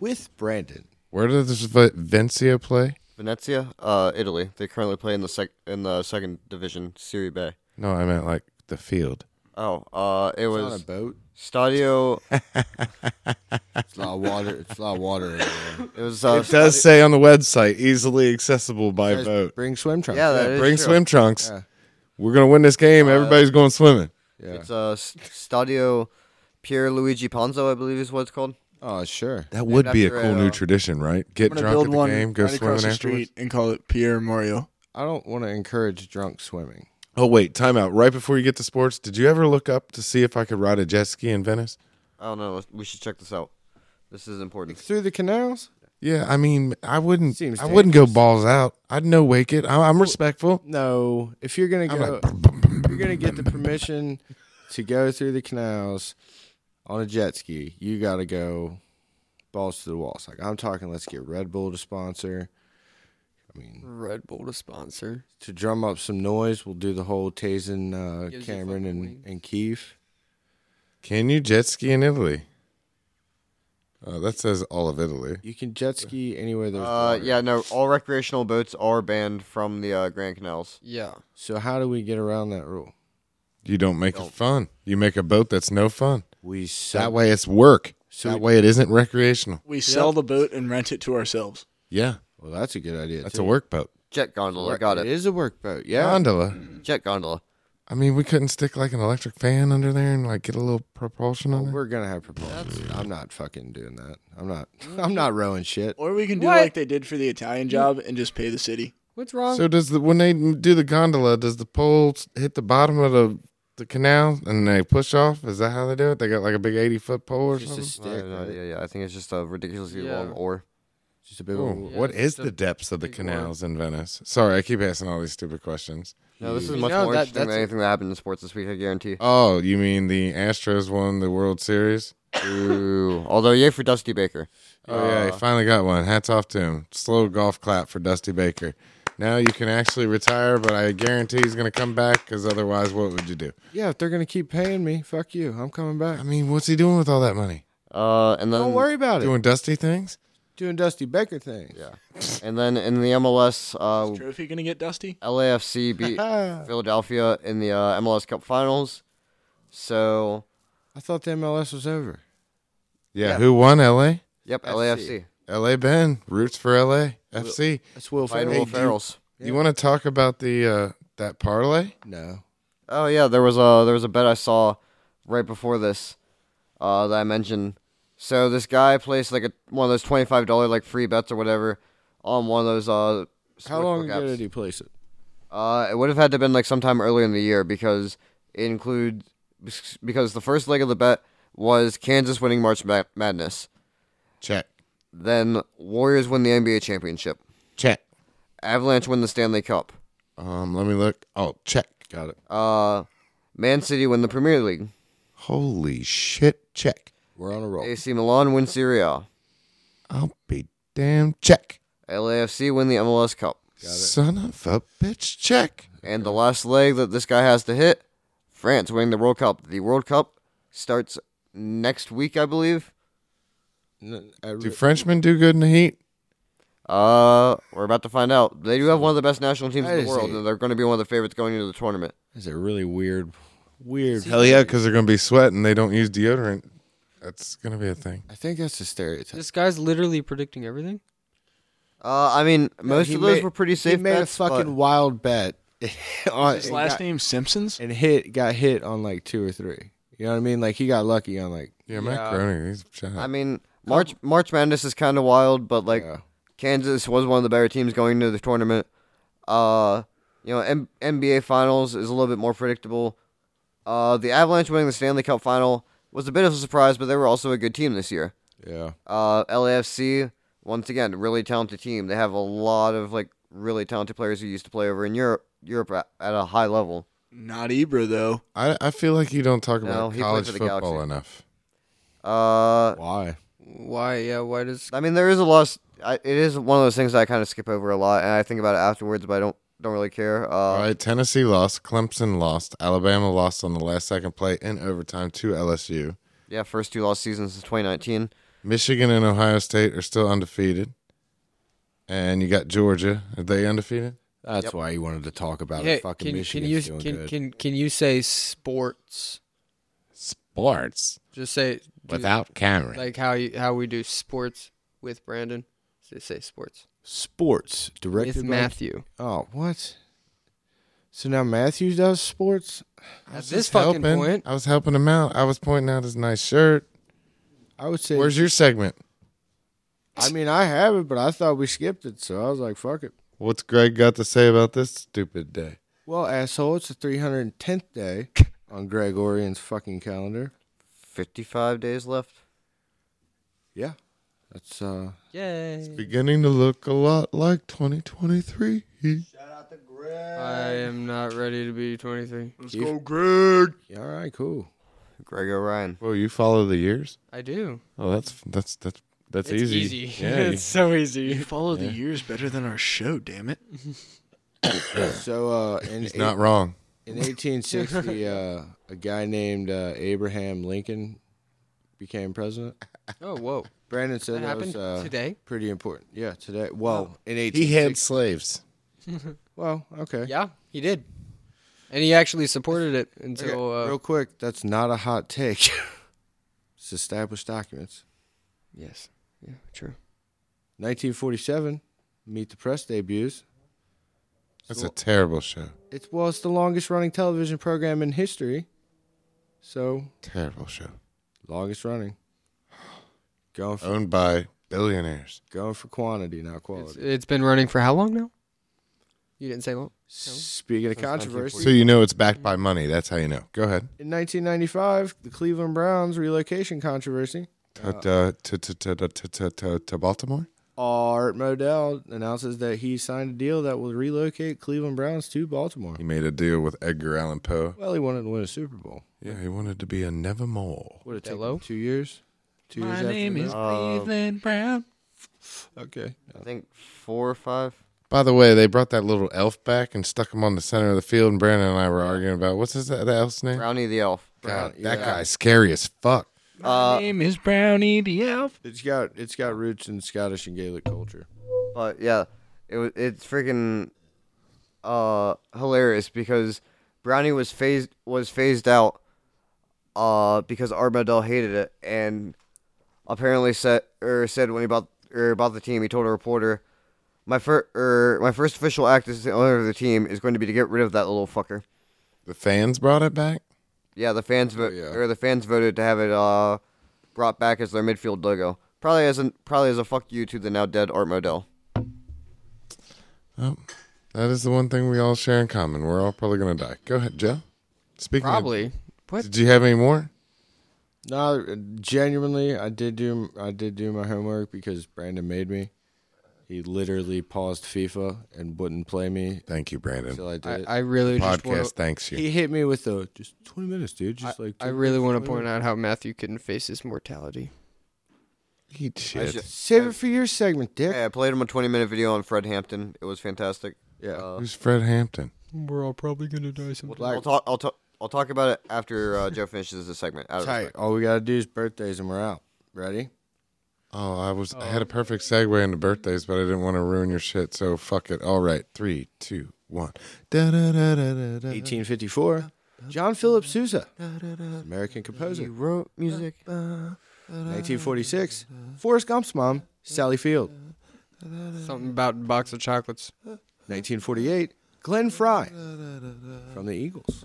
[SPEAKER 2] with Brandon.
[SPEAKER 4] Where does this Vi- Vencia play?
[SPEAKER 3] Venezia, uh, Italy. They currently play in the sec in the second division, Serie B.
[SPEAKER 4] No, I meant like the field.
[SPEAKER 3] Oh, uh, it
[SPEAKER 2] It's on
[SPEAKER 3] was
[SPEAKER 2] a boat.
[SPEAKER 3] Stadio.
[SPEAKER 2] It's a lot of water. It's a lot of water. over there.
[SPEAKER 3] It was uh,
[SPEAKER 4] It does say on the website easily accessible by
[SPEAKER 2] Guys,
[SPEAKER 4] boat.
[SPEAKER 2] Bring swim trunks.
[SPEAKER 3] Yeah, that is
[SPEAKER 4] Bring
[SPEAKER 3] true.
[SPEAKER 4] swim trunks.
[SPEAKER 2] Yeah.
[SPEAKER 4] We're gonna win this game. Everybody's going swimming.
[SPEAKER 2] Yeah.
[SPEAKER 3] It's uh, S- Stadio Pierluigi Ponzo, I believe is what it's called.
[SPEAKER 2] oh, sure.
[SPEAKER 4] That would be a
[SPEAKER 3] after,
[SPEAKER 4] cool new
[SPEAKER 3] uh,
[SPEAKER 4] tradition, right? Get
[SPEAKER 7] I'm gonna
[SPEAKER 4] drunk
[SPEAKER 7] build
[SPEAKER 4] at the
[SPEAKER 7] one
[SPEAKER 4] game, go
[SPEAKER 7] right
[SPEAKER 4] swimming
[SPEAKER 7] across the
[SPEAKER 4] afterwards.
[SPEAKER 7] street and call it Pierre Mario.
[SPEAKER 2] I don't want to encourage drunk swimming.
[SPEAKER 4] Oh wait, time out. Right before you get to sports, did you ever look up to see if I could ride a jet ski in Venice?
[SPEAKER 3] I don't know. We should check this out. This is important.
[SPEAKER 2] Through the canals?
[SPEAKER 4] Yeah, I mean, I wouldn't.
[SPEAKER 2] Seems
[SPEAKER 4] I wouldn't go
[SPEAKER 2] dangerous.
[SPEAKER 4] balls out. I'd no wake it. I, I'm respectful.
[SPEAKER 2] No. If you're gonna
[SPEAKER 4] I'm
[SPEAKER 2] go,
[SPEAKER 4] like,
[SPEAKER 2] if you're gonna get the permission to go through the canals on a jet ski. You gotta go balls to the walls. Like I'm talking. Let's get Red Bull to sponsor. I mean,
[SPEAKER 1] Red Bull to sponsor.
[SPEAKER 2] to drum up some noise, we'll do the whole tasing
[SPEAKER 1] Gives
[SPEAKER 2] uh,
[SPEAKER 1] you
[SPEAKER 2] Cameron
[SPEAKER 1] fucking
[SPEAKER 2] and
[SPEAKER 1] wings.
[SPEAKER 2] and Keith.
[SPEAKER 4] Can you jet ski in Italy? Uh, that says all of Italy.
[SPEAKER 2] You can jet ski anywhere there's
[SPEAKER 3] Uh,
[SPEAKER 2] water.
[SPEAKER 3] yeah, no. All recreational boats are banned from the uh, Grand Canals.
[SPEAKER 1] Yeah.
[SPEAKER 2] So how do we get around that rule?
[SPEAKER 4] You don't make it fun. You make a boat that's no fun.
[SPEAKER 2] We
[SPEAKER 4] That
[SPEAKER 2] sub-
[SPEAKER 4] way, it's work.
[SPEAKER 2] So
[SPEAKER 4] that
[SPEAKER 2] we-
[SPEAKER 4] way, it isn't recreational.
[SPEAKER 7] We sell the boat and rent it to ourselves.
[SPEAKER 4] Yeah,
[SPEAKER 2] Well, that's a good idea.
[SPEAKER 4] that's
[SPEAKER 2] too.
[SPEAKER 4] a work boat.
[SPEAKER 3] Jet gondola. Got
[SPEAKER 2] It
[SPEAKER 3] it.
[SPEAKER 2] is a work boat. Yeah.
[SPEAKER 4] Gondola.
[SPEAKER 3] Jet gondola.
[SPEAKER 4] I mean, we couldn't stick like an electric fan under there and like get a little propulsion on it.
[SPEAKER 2] We're gonna have propulsion. I'm not fucking doing that. I'm not. I'm not rowing shit.
[SPEAKER 7] Or we can do
[SPEAKER 1] What?
[SPEAKER 7] like they did for the Italian job and just pay the city.
[SPEAKER 1] What's wrong?
[SPEAKER 4] So does the when they do the gondola, does the pole s- hit the bottom of the the canal and they push off? Is that how they do it? They got like a big eighty foot pole or
[SPEAKER 2] Just a
[SPEAKER 4] something.
[SPEAKER 2] stick.
[SPEAKER 3] Yeah, no,
[SPEAKER 2] right?
[SPEAKER 3] yeah, yeah. I think it's just a ridiculously
[SPEAKER 1] Yeah.
[SPEAKER 3] long oar.
[SPEAKER 2] Just a big.
[SPEAKER 4] Oh,
[SPEAKER 2] old-
[SPEAKER 1] Yeah,
[SPEAKER 4] what
[SPEAKER 1] it's
[SPEAKER 4] is
[SPEAKER 1] the
[SPEAKER 4] the depths of the
[SPEAKER 1] big
[SPEAKER 4] canals in Venice? Sorry, I keep asking all these stupid questions.
[SPEAKER 3] No, this is
[SPEAKER 1] You
[SPEAKER 3] much
[SPEAKER 1] know,
[SPEAKER 3] more
[SPEAKER 1] that-
[SPEAKER 3] interesting
[SPEAKER 1] that's
[SPEAKER 3] than
[SPEAKER 1] a-
[SPEAKER 3] anything that happened in sports this week. I guarantee.
[SPEAKER 4] Oh, you mean the Astros won the World Series?
[SPEAKER 3] Ooh. Although, yay for Dusty Baker.
[SPEAKER 4] Oh yeah,
[SPEAKER 1] Uh.
[SPEAKER 4] he finally got one. Hats off to him. Slow golf clap for Dusty Baker. Now you can actually retire, but I guarantee he's going to come back because otherwise, what would you do?
[SPEAKER 2] Yeah. If they're gonna keep paying me, fuck you. I'm coming back.
[SPEAKER 4] I mean, what's he doing with all that money?
[SPEAKER 3] Uh, and then
[SPEAKER 2] Don't worry about it.
[SPEAKER 4] Doing Dusty things?
[SPEAKER 2] Doing Dusty Baker things.
[SPEAKER 3] Yeah. And then in the MLS, uh,
[SPEAKER 7] Trophy gonna get dusty?
[SPEAKER 3] LAFC
[SPEAKER 4] Uh,
[SPEAKER 3] beat Philadelphia in the uh, MLS Cup Finals. So,
[SPEAKER 2] I thought the MLS was over.
[SPEAKER 4] yeah. Who won? L.A.
[SPEAKER 3] yep,
[SPEAKER 2] FC.
[SPEAKER 3] LAFC.
[SPEAKER 4] LA Ben roots for LA FC.
[SPEAKER 2] That's Will
[SPEAKER 3] Fighting
[SPEAKER 2] Ferrell.
[SPEAKER 3] Will Ferrell's.
[SPEAKER 4] You want to talk about the uh, that parlay?
[SPEAKER 2] No.
[SPEAKER 3] Oh yeah, there was a there was a bet I saw right before this uh, that I mentioned. So this guy placed like a one of those twenty five dollar like free bets or whatever on one of those. Uh,
[SPEAKER 2] How
[SPEAKER 3] sportsbook
[SPEAKER 2] long
[SPEAKER 3] apps.
[SPEAKER 2] ago did he place it?
[SPEAKER 3] Uh, it would have had to been like sometime earlier in the year because it include because the first leg of the bet was Kansas winning March Ma- Madness,
[SPEAKER 4] Check.
[SPEAKER 3] then Warriors win the NBA championship,
[SPEAKER 4] Check.
[SPEAKER 3] Avalanche win the Stanley Cup,
[SPEAKER 4] Um, let me look. Oh, check. Got it.
[SPEAKER 3] uh, Man City win the Premier League,
[SPEAKER 4] Holy shit. Check.
[SPEAKER 2] We're on a roll.
[SPEAKER 3] AC Milan win Serie A,
[SPEAKER 4] I'll be damn check.
[SPEAKER 3] LAFC win the MLS Cup,
[SPEAKER 4] Son of a bitch. Check.
[SPEAKER 3] and the last leg that this guy has to hit, France winning the World Cup. The World Cup starts next week, I believe.
[SPEAKER 2] N- I
[SPEAKER 4] Do
[SPEAKER 2] re-
[SPEAKER 4] Frenchmen do good in the heat?
[SPEAKER 3] Uh, we're about to find out. They do have one of the best national teams
[SPEAKER 2] I
[SPEAKER 3] in the world,
[SPEAKER 2] see.
[SPEAKER 3] and they're going to be one of the favorites going into the tournament.
[SPEAKER 2] That's a really weird, weird.
[SPEAKER 4] Hell yeah, because they're gonna be sweating. They don't use deodorant. That's gonna be a thing.
[SPEAKER 2] I think that's a stereotype.
[SPEAKER 1] This guy's literally predicting everything.
[SPEAKER 3] Uh, I mean, most
[SPEAKER 2] He
[SPEAKER 3] of those
[SPEAKER 2] made-
[SPEAKER 3] were pretty
[SPEAKER 2] He
[SPEAKER 3] safe
[SPEAKER 2] made
[SPEAKER 3] bets,
[SPEAKER 2] a
[SPEAKER 3] but
[SPEAKER 2] fucking wild bet. on,
[SPEAKER 7] His
[SPEAKER 2] and
[SPEAKER 7] last
[SPEAKER 2] got-
[SPEAKER 7] name Simpsons.
[SPEAKER 2] and hit got hit on like two or three. You know what I mean? Like he got lucky on like
[SPEAKER 4] Yeah, Matt Groening, he's shut
[SPEAKER 3] I
[SPEAKER 4] up.
[SPEAKER 3] mean, March March Madness is kind of wild, but like
[SPEAKER 2] Oh. Yeah.
[SPEAKER 3] Kansas was one of the better teams going into the tournament. Uh, you know, M- NBA Finals is a little bit more predictable. Uh, the Avalanche winning the Stanley Cup final was a bit of a surprise, but they were also a good team this year.
[SPEAKER 2] yeah.
[SPEAKER 3] Uh, LAFC, once again, really talented team. They have a lot of like really talented players who used to play over in Europe, Europe at, at a high level.
[SPEAKER 7] Not Ibra though.
[SPEAKER 4] I, I feel like you don't talk
[SPEAKER 3] No,
[SPEAKER 4] about
[SPEAKER 3] he played
[SPEAKER 4] college
[SPEAKER 3] for the
[SPEAKER 4] football
[SPEAKER 3] Galaxy.
[SPEAKER 4] enough.
[SPEAKER 3] Uh,
[SPEAKER 2] Why?
[SPEAKER 1] Why? Yeah. Why does?
[SPEAKER 3] I mean, there is a lot. I, it is one of those things I kind of skip over a lot, and I think about it afterwards, but I don't don't really care.
[SPEAKER 4] All
[SPEAKER 3] Uh,
[SPEAKER 4] right, Tennessee lost, Clemson lost, Alabama lost on the last second play in overtime to LSU.
[SPEAKER 3] yeah, first two lost seasons since 2019.
[SPEAKER 4] Michigan and Ohio State are still undefeated. And you got Georgia. Are they undefeated?
[SPEAKER 2] That's why he wanted to talk about
[SPEAKER 1] Hey,
[SPEAKER 2] it. Fucking
[SPEAKER 1] can, can
[SPEAKER 2] Michigan's
[SPEAKER 1] you
[SPEAKER 2] doing
[SPEAKER 1] can,
[SPEAKER 2] good.
[SPEAKER 1] can can you say sports?
[SPEAKER 4] Sports
[SPEAKER 1] Just say do-
[SPEAKER 4] Cameron.
[SPEAKER 1] like how you how we do sports with Brandon. Just say sports
[SPEAKER 2] sports directed
[SPEAKER 1] with
[SPEAKER 2] by-
[SPEAKER 1] Matthew.
[SPEAKER 2] Oh, what? So now Matthew does sports.
[SPEAKER 4] I was
[SPEAKER 1] At this
[SPEAKER 4] just
[SPEAKER 1] fucking
[SPEAKER 4] helping.
[SPEAKER 1] point,
[SPEAKER 4] I was helping him out. I was pointing out his nice shirt.
[SPEAKER 2] I would say.
[SPEAKER 4] Where's your segment?
[SPEAKER 2] I mean, I have it, but I thought we skipped it, so I was like, "Fuck it."
[SPEAKER 4] What's Greg got to say about this stupid day?
[SPEAKER 2] Well, asshole, it's the 310th day on Gregorian's fucking calendar.
[SPEAKER 3] 55 days left.
[SPEAKER 2] Yeah, that's uh,
[SPEAKER 1] yay!
[SPEAKER 4] Beginning to look a lot like 2023.
[SPEAKER 1] I am not ready to be 23.
[SPEAKER 7] Let's
[SPEAKER 2] go,
[SPEAKER 7] Greg.
[SPEAKER 2] yeah, all right, cool.
[SPEAKER 3] Greg O'Ryan.
[SPEAKER 4] Well, you follow the years.
[SPEAKER 1] I do.
[SPEAKER 4] Oh, that's that's that's that's
[SPEAKER 1] It's
[SPEAKER 4] easy.
[SPEAKER 1] easy.
[SPEAKER 4] Yeah,
[SPEAKER 1] it's so easy.
[SPEAKER 7] You follow the years better than our show, damn it.
[SPEAKER 2] So uh, in
[SPEAKER 4] he's not wrong.
[SPEAKER 2] In 1860, uh, a guy named uh, Abraham Lincoln became president.
[SPEAKER 1] Oh whoa!
[SPEAKER 2] Brandon said
[SPEAKER 1] That
[SPEAKER 2] that,
[SPEAKER 1] happened
[SPEAKER 2] was uh,
[SPEAKER 1] today.
[SPEAKER 2] pretty important. Yeah, today. Well, in 1860.
[SPEAKER 4] He had slaves.
[SPEAKER 2] Well, okay.
[SPEAKER 1] Yeah, he did, and he actually supported it until
[SPEAKER 2] Okay,
[SPEAKER 1] uh,
[SPEAKER 2] Real quick, that's not a hot take. it's established documents.
[SPEAKER 1] yes, yeah, true.
[SPEAKER 2] 1947, Meet the Press debuts.
[SPEAKER 4] That's a terrible show.
[SPEAKER 2] It was the longest running television program in history. So,
[SPEAKER 4] Terrible show.
[SPEAKER 2] longest running. Going for,
[SPEAKER 4] Owned by billionaires.
[SPEAKER 2] going for quantity, not
[SPEAKER 1] It's,
[SPEAKER 2] quality.
[SPEAKER 1] it's been running for how long now? You didn't say long.
[SPEAKER 2] Speaking of controversy,
[SPEAKER 4] So you know it's backed by money. That's how you know. Go ahead.
[SPEAKER 2] In 1995, the Cleveland Browns relocation controversy.
[SPEAKER 4] To- to- to- to- to- to- to- to- To Baltimore.
[SPEAKER 2] Art Modell announces that he signed a deal that will relocate Cleveland Browns to Baltimore.
[SPEAKER 4] He made a deal with Edgar Allan Poe.
[SPEAKER 2] Well, he wanted to win a Super Bowl.
[SPEAKER 4] Yeah, he wanted to be a Nevermore.
[SPEAKER 2] Would it take
[SPEAKER 1] Hello?
[SPEAKER 2] him two years? Two years after that?
[SPEAKER 7] Cleveland Brown.
[SPEAKER 2] okay.
[SPEAKER 3] I think four or five.
[SPEAKER 4] By the way, they brought that little elf back and stuck him on the center of the field. And Brandon and I were arguing about what's his that elf's name.
[SPEAKER 3] Brownie the Elf.
[SPEAKER 4] God,
[SPEAKER 2] Brown,
[SPEAKER 4] that
[SPEAKER 2] yeah.
[SPEAKER 4] guy's scary as fuck.
[SPEAKER 3] Uh,
[SPEAKER 7] Name is Brownie the Elf.
[SPEAKER 2] It's got it's got roots in Scottish and Gaelic culture.
[SPEAKER 3] But yeah, it was it's freaking uh hilarious because Brownie was phased was phased out uh because Arbadell hated it and apparently said or said when he bought or about the team he told a reporter my first er, my first official act as the owner of the team is going to be to get rid of that little fucker.
[SPEAKER 4] The fans brought it back.
[SPEAKER 3] Yeah, the fans vo-
[SPEAKER 4] yeah.
[SPEAKER 3] or the fans voted to have it uh, brought back as their midfield logo. Probably as an, probably as a fuck you to the now dead Art Modell.
[SPEAKER 4] Oh, that is the one thing we all share in common. We're all probably gonna die. Go ahead, Joe. Speaking of-
[SPEAKER 1] Probably. What?
[SPEAKER 4] did you have any more?
[SPEAKER 2] No, genuinely, I did do I did do my homework because Brandon made me. He literally paused FIFA and wouldn't play me
[SPEAKER 4] Thank you, Brandon.
[SPEAKER 2] until I did.
[SPEAKER 1] I,
[SPEAKER 2] it.
[SPEAKER 1] I really just
[SPEAKER 4] Podcast
[SPEAKER 1] wanna,
[SPEAKER 4] thanks you.
[SPEAKER 2] he hit me with the just twenty minutes, dude. Just like
[SPEAKER 1] I really want to point out how Matthew couldn't face his mortality.
[SPEAKER 4] Eat shit.
[SPEAKER 3] should-
[SPEAKER 2] Save it for your segment, Dick.
[SPEAKER 3] Yeah, I played him a 20 minute video on Fred Hampton. It was fantastic.
[SPEAKER 2] Yeah.
[SPEAKER 3] Uh,
[SPEAKER 4] Who's Fred Hampton?
[SPEAKER 1] We're all probably gonna die
[SPEAKER 3] we'll,
[SPEAKER 1] someday.
[SPEAKER 3] we'll talk. I'll talk. I'll talk about it after uh, Joe finishes the segment. Out of
[SPEAKER 2] Tight.
[SPEAKER 3] respect.
[SPEAKER 2] All we gotta do is birthdays and we're out. Ready?
[SPEAKER 4] Oh, I was I had a perfect segue into birthdays, but I didn't want to ruin your shit, so fuck it. All right, three, two, one. Da, da, da, da, da, da.
[SPEAKER 2] 1854. John Philip Sousa, American composer.
[SPEAKER 3] He wrote music.
[SPEAKER 2] 1946. Forrest Gump's mom, Sally Field.
[SPEAKER 1] Something about a box of chocolates.
[SPEAKER 2] 1948. Glenn Fry from the Eagles.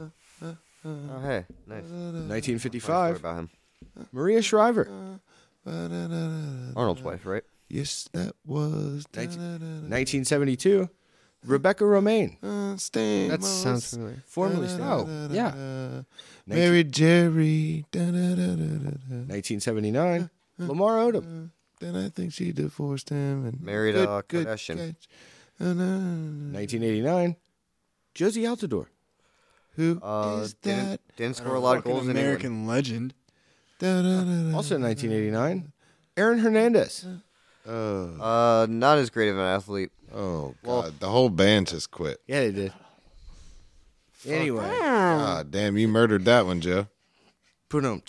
[SPEAKER 3] Oh, hey, nice. Sorry
[SPEAKER 2] 1955.
[SPEAKER 3] about him.
[SPEAKER 2] Maria Shriver.
[SPEAKER 4] Da, da, da, da, da.
[SPEAKER 3] Arnold's wife, right?
[SPEAKER 4] Yes, that was da,
[SPEAKER 2] Nineteen-
[SPEAKER 4] da, da, da.
[SPEAKER 2] 1972. Rebecca Romaine,
[SPEAKER 4] Uh, Stan
[SPEAKER 1] That sounds
[SPEAKER 4] Morris.
[SPEAKER 1] familiar.
[SPEAKER 2] formerly Stan.
[SPEAKER 4] Da, da,
[SPEAKER 1] Oh,
[SPEAKER 4] da, da,
[SPEAKER 1] yeah.
[SPEAKER 4] da.
[SPEAKER 2] Nineteen-
[SPEAKER 4] Mary uh, Jerry. Da, da, da, da, da, da.
[SPEAKER 2] 1979. Lamar Odom.
[SPEAKER 4] Then I think she divorced him and
[SPEAKER 3] Married,
[SPEAKER 4] good,
[SPEAKER 3] uh,
[SPEAKER 4] good
[SPEAKER 3] Kardashian.
[SPEAKER 4] catch. Da, da, da,
[SPEAKER 2] Uh,
[SPEAKER 4] da.
[SPEAKER 2] 1989. Josie Altador.
[SPEAKER 4] Who is
[SPEAKER 3] Uh,
[SPEAKER 4] that?
[SPEAKER 3] didn't, didn't score a lot of
[SPEAKER 7] Fucking
[SPEAKER 3] goals in England.
[SPEAKER 7] American legend.
[SPEAKER 4] Da, da, da, da.
[SPEAKER 2] Also 1989. Aaron Hernandez.
[SPEAKER 4] Oh,
[SPEAKER 3] Uh, not as great of an athlete.
[SPEAKER 4] oh God! the whole band just quit.
[SPEAKER 2] Yeah, they did. Anyway.
[SPEAKER 4] Ah, damn! You murdered that one, Joe.
[SPEAKER 2] Boom.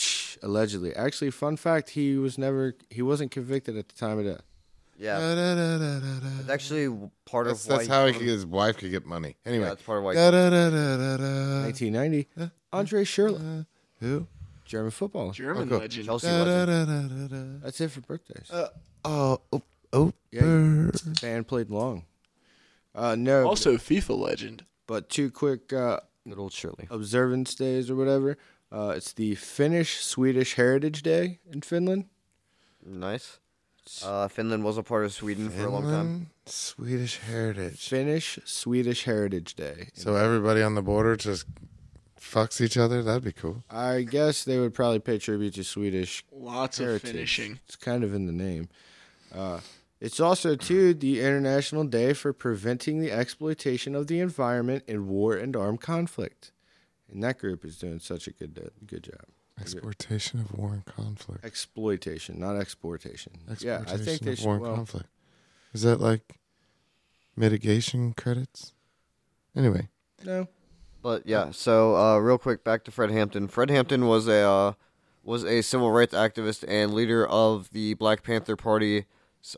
[SPEAKER 2] Allegedly. Actually, fun fact, he was never he wasn't convicted at the time of death.
[SPEAKER 3] Yeah,
[SPEAKER 4] Da, da, da, da, da, da.
[SPEAKER 3] it's actually part
[SPEAKER 4] Uh, That's,
[SPEAKER 3] of why.
[SPEAKER 4] that's how he could, his wife could get money. Anyway,
[SPEAKER 3] Yeah, that's part of why.
[SPEAKER 4] da, da, da, da, da, da. Uh,
[SPEAKER 2] 1990. Andre Schurrle,
[SPEAKER 4] Who?
[SPEAKER 2] German footballer.
[SPEAKER 7] German legend.
[SPEAKER 3] Chelsea
[SPEAKER 4] Da, da,
[SPEAKER 3] legend.
[SPEAKER 4] da, da, da, da.
[SPEAKER 2] That's it for birthdays.
[SPEAKER 4] Oh, oh, oh,
[SPEAKER 2] Yeah, you-
[SPEAKER 4] brr.
[SPEAKER 2] Band played long. Uh, no,
[SPEAKER 7] Also FIFA legend.
[SPEAKER 2] but two quick uh,
[SPEAKER 3] Good old Shirley.
[SPEAKER 2] observance days or whatever. Uh, it's the Finnish Swedish Heritage Day in Finland.
[SPEAKER 3] Nice. Uh, Finland was a part of Sweden for a long time.
[SPEAKER 4] Finland, Swedish heritage.
[SPEAKER 2] Finnish Swedish Heritage Day.
[SPEAKER 4] So everybody on the border just fucks each other. That'd be cool.
[SPEAKER 2] I guess they would probably pay tribute to Swedish
[SPEAKER 7] Lots
[SPEAKER 2] heritage.
[SPEAKER 7] of finishing.
[SPEAKER 2] It's kind of in the name. Uh, it's also too the International Day for Preventing the Exploitation of the Environment in War and Armed Conflict. And that group is doing such a good uh, good job.
[SPEAKER 4] Exploitation of war and conflict.
[SPEAKER 2] Exploitation, not exportation. Yeah,
[SPEAKER 4] Exploitation
[SPEAKER 2] I think they
[SPEAKER 4] of
[SPEAKER 2] should.
[SPEAKER 4] war and
[SPEAKER 2] Well,
[SPEAKER 4] conflict. Is that like mitigation credits? Anyway,
[SPEAKER 2] no,
[SPEAKER 3] But yeah, so uh, real quick, back to Fred Hampton. Fred Hampton was a uh, was a civil rights activist and leader of the Black Panther Party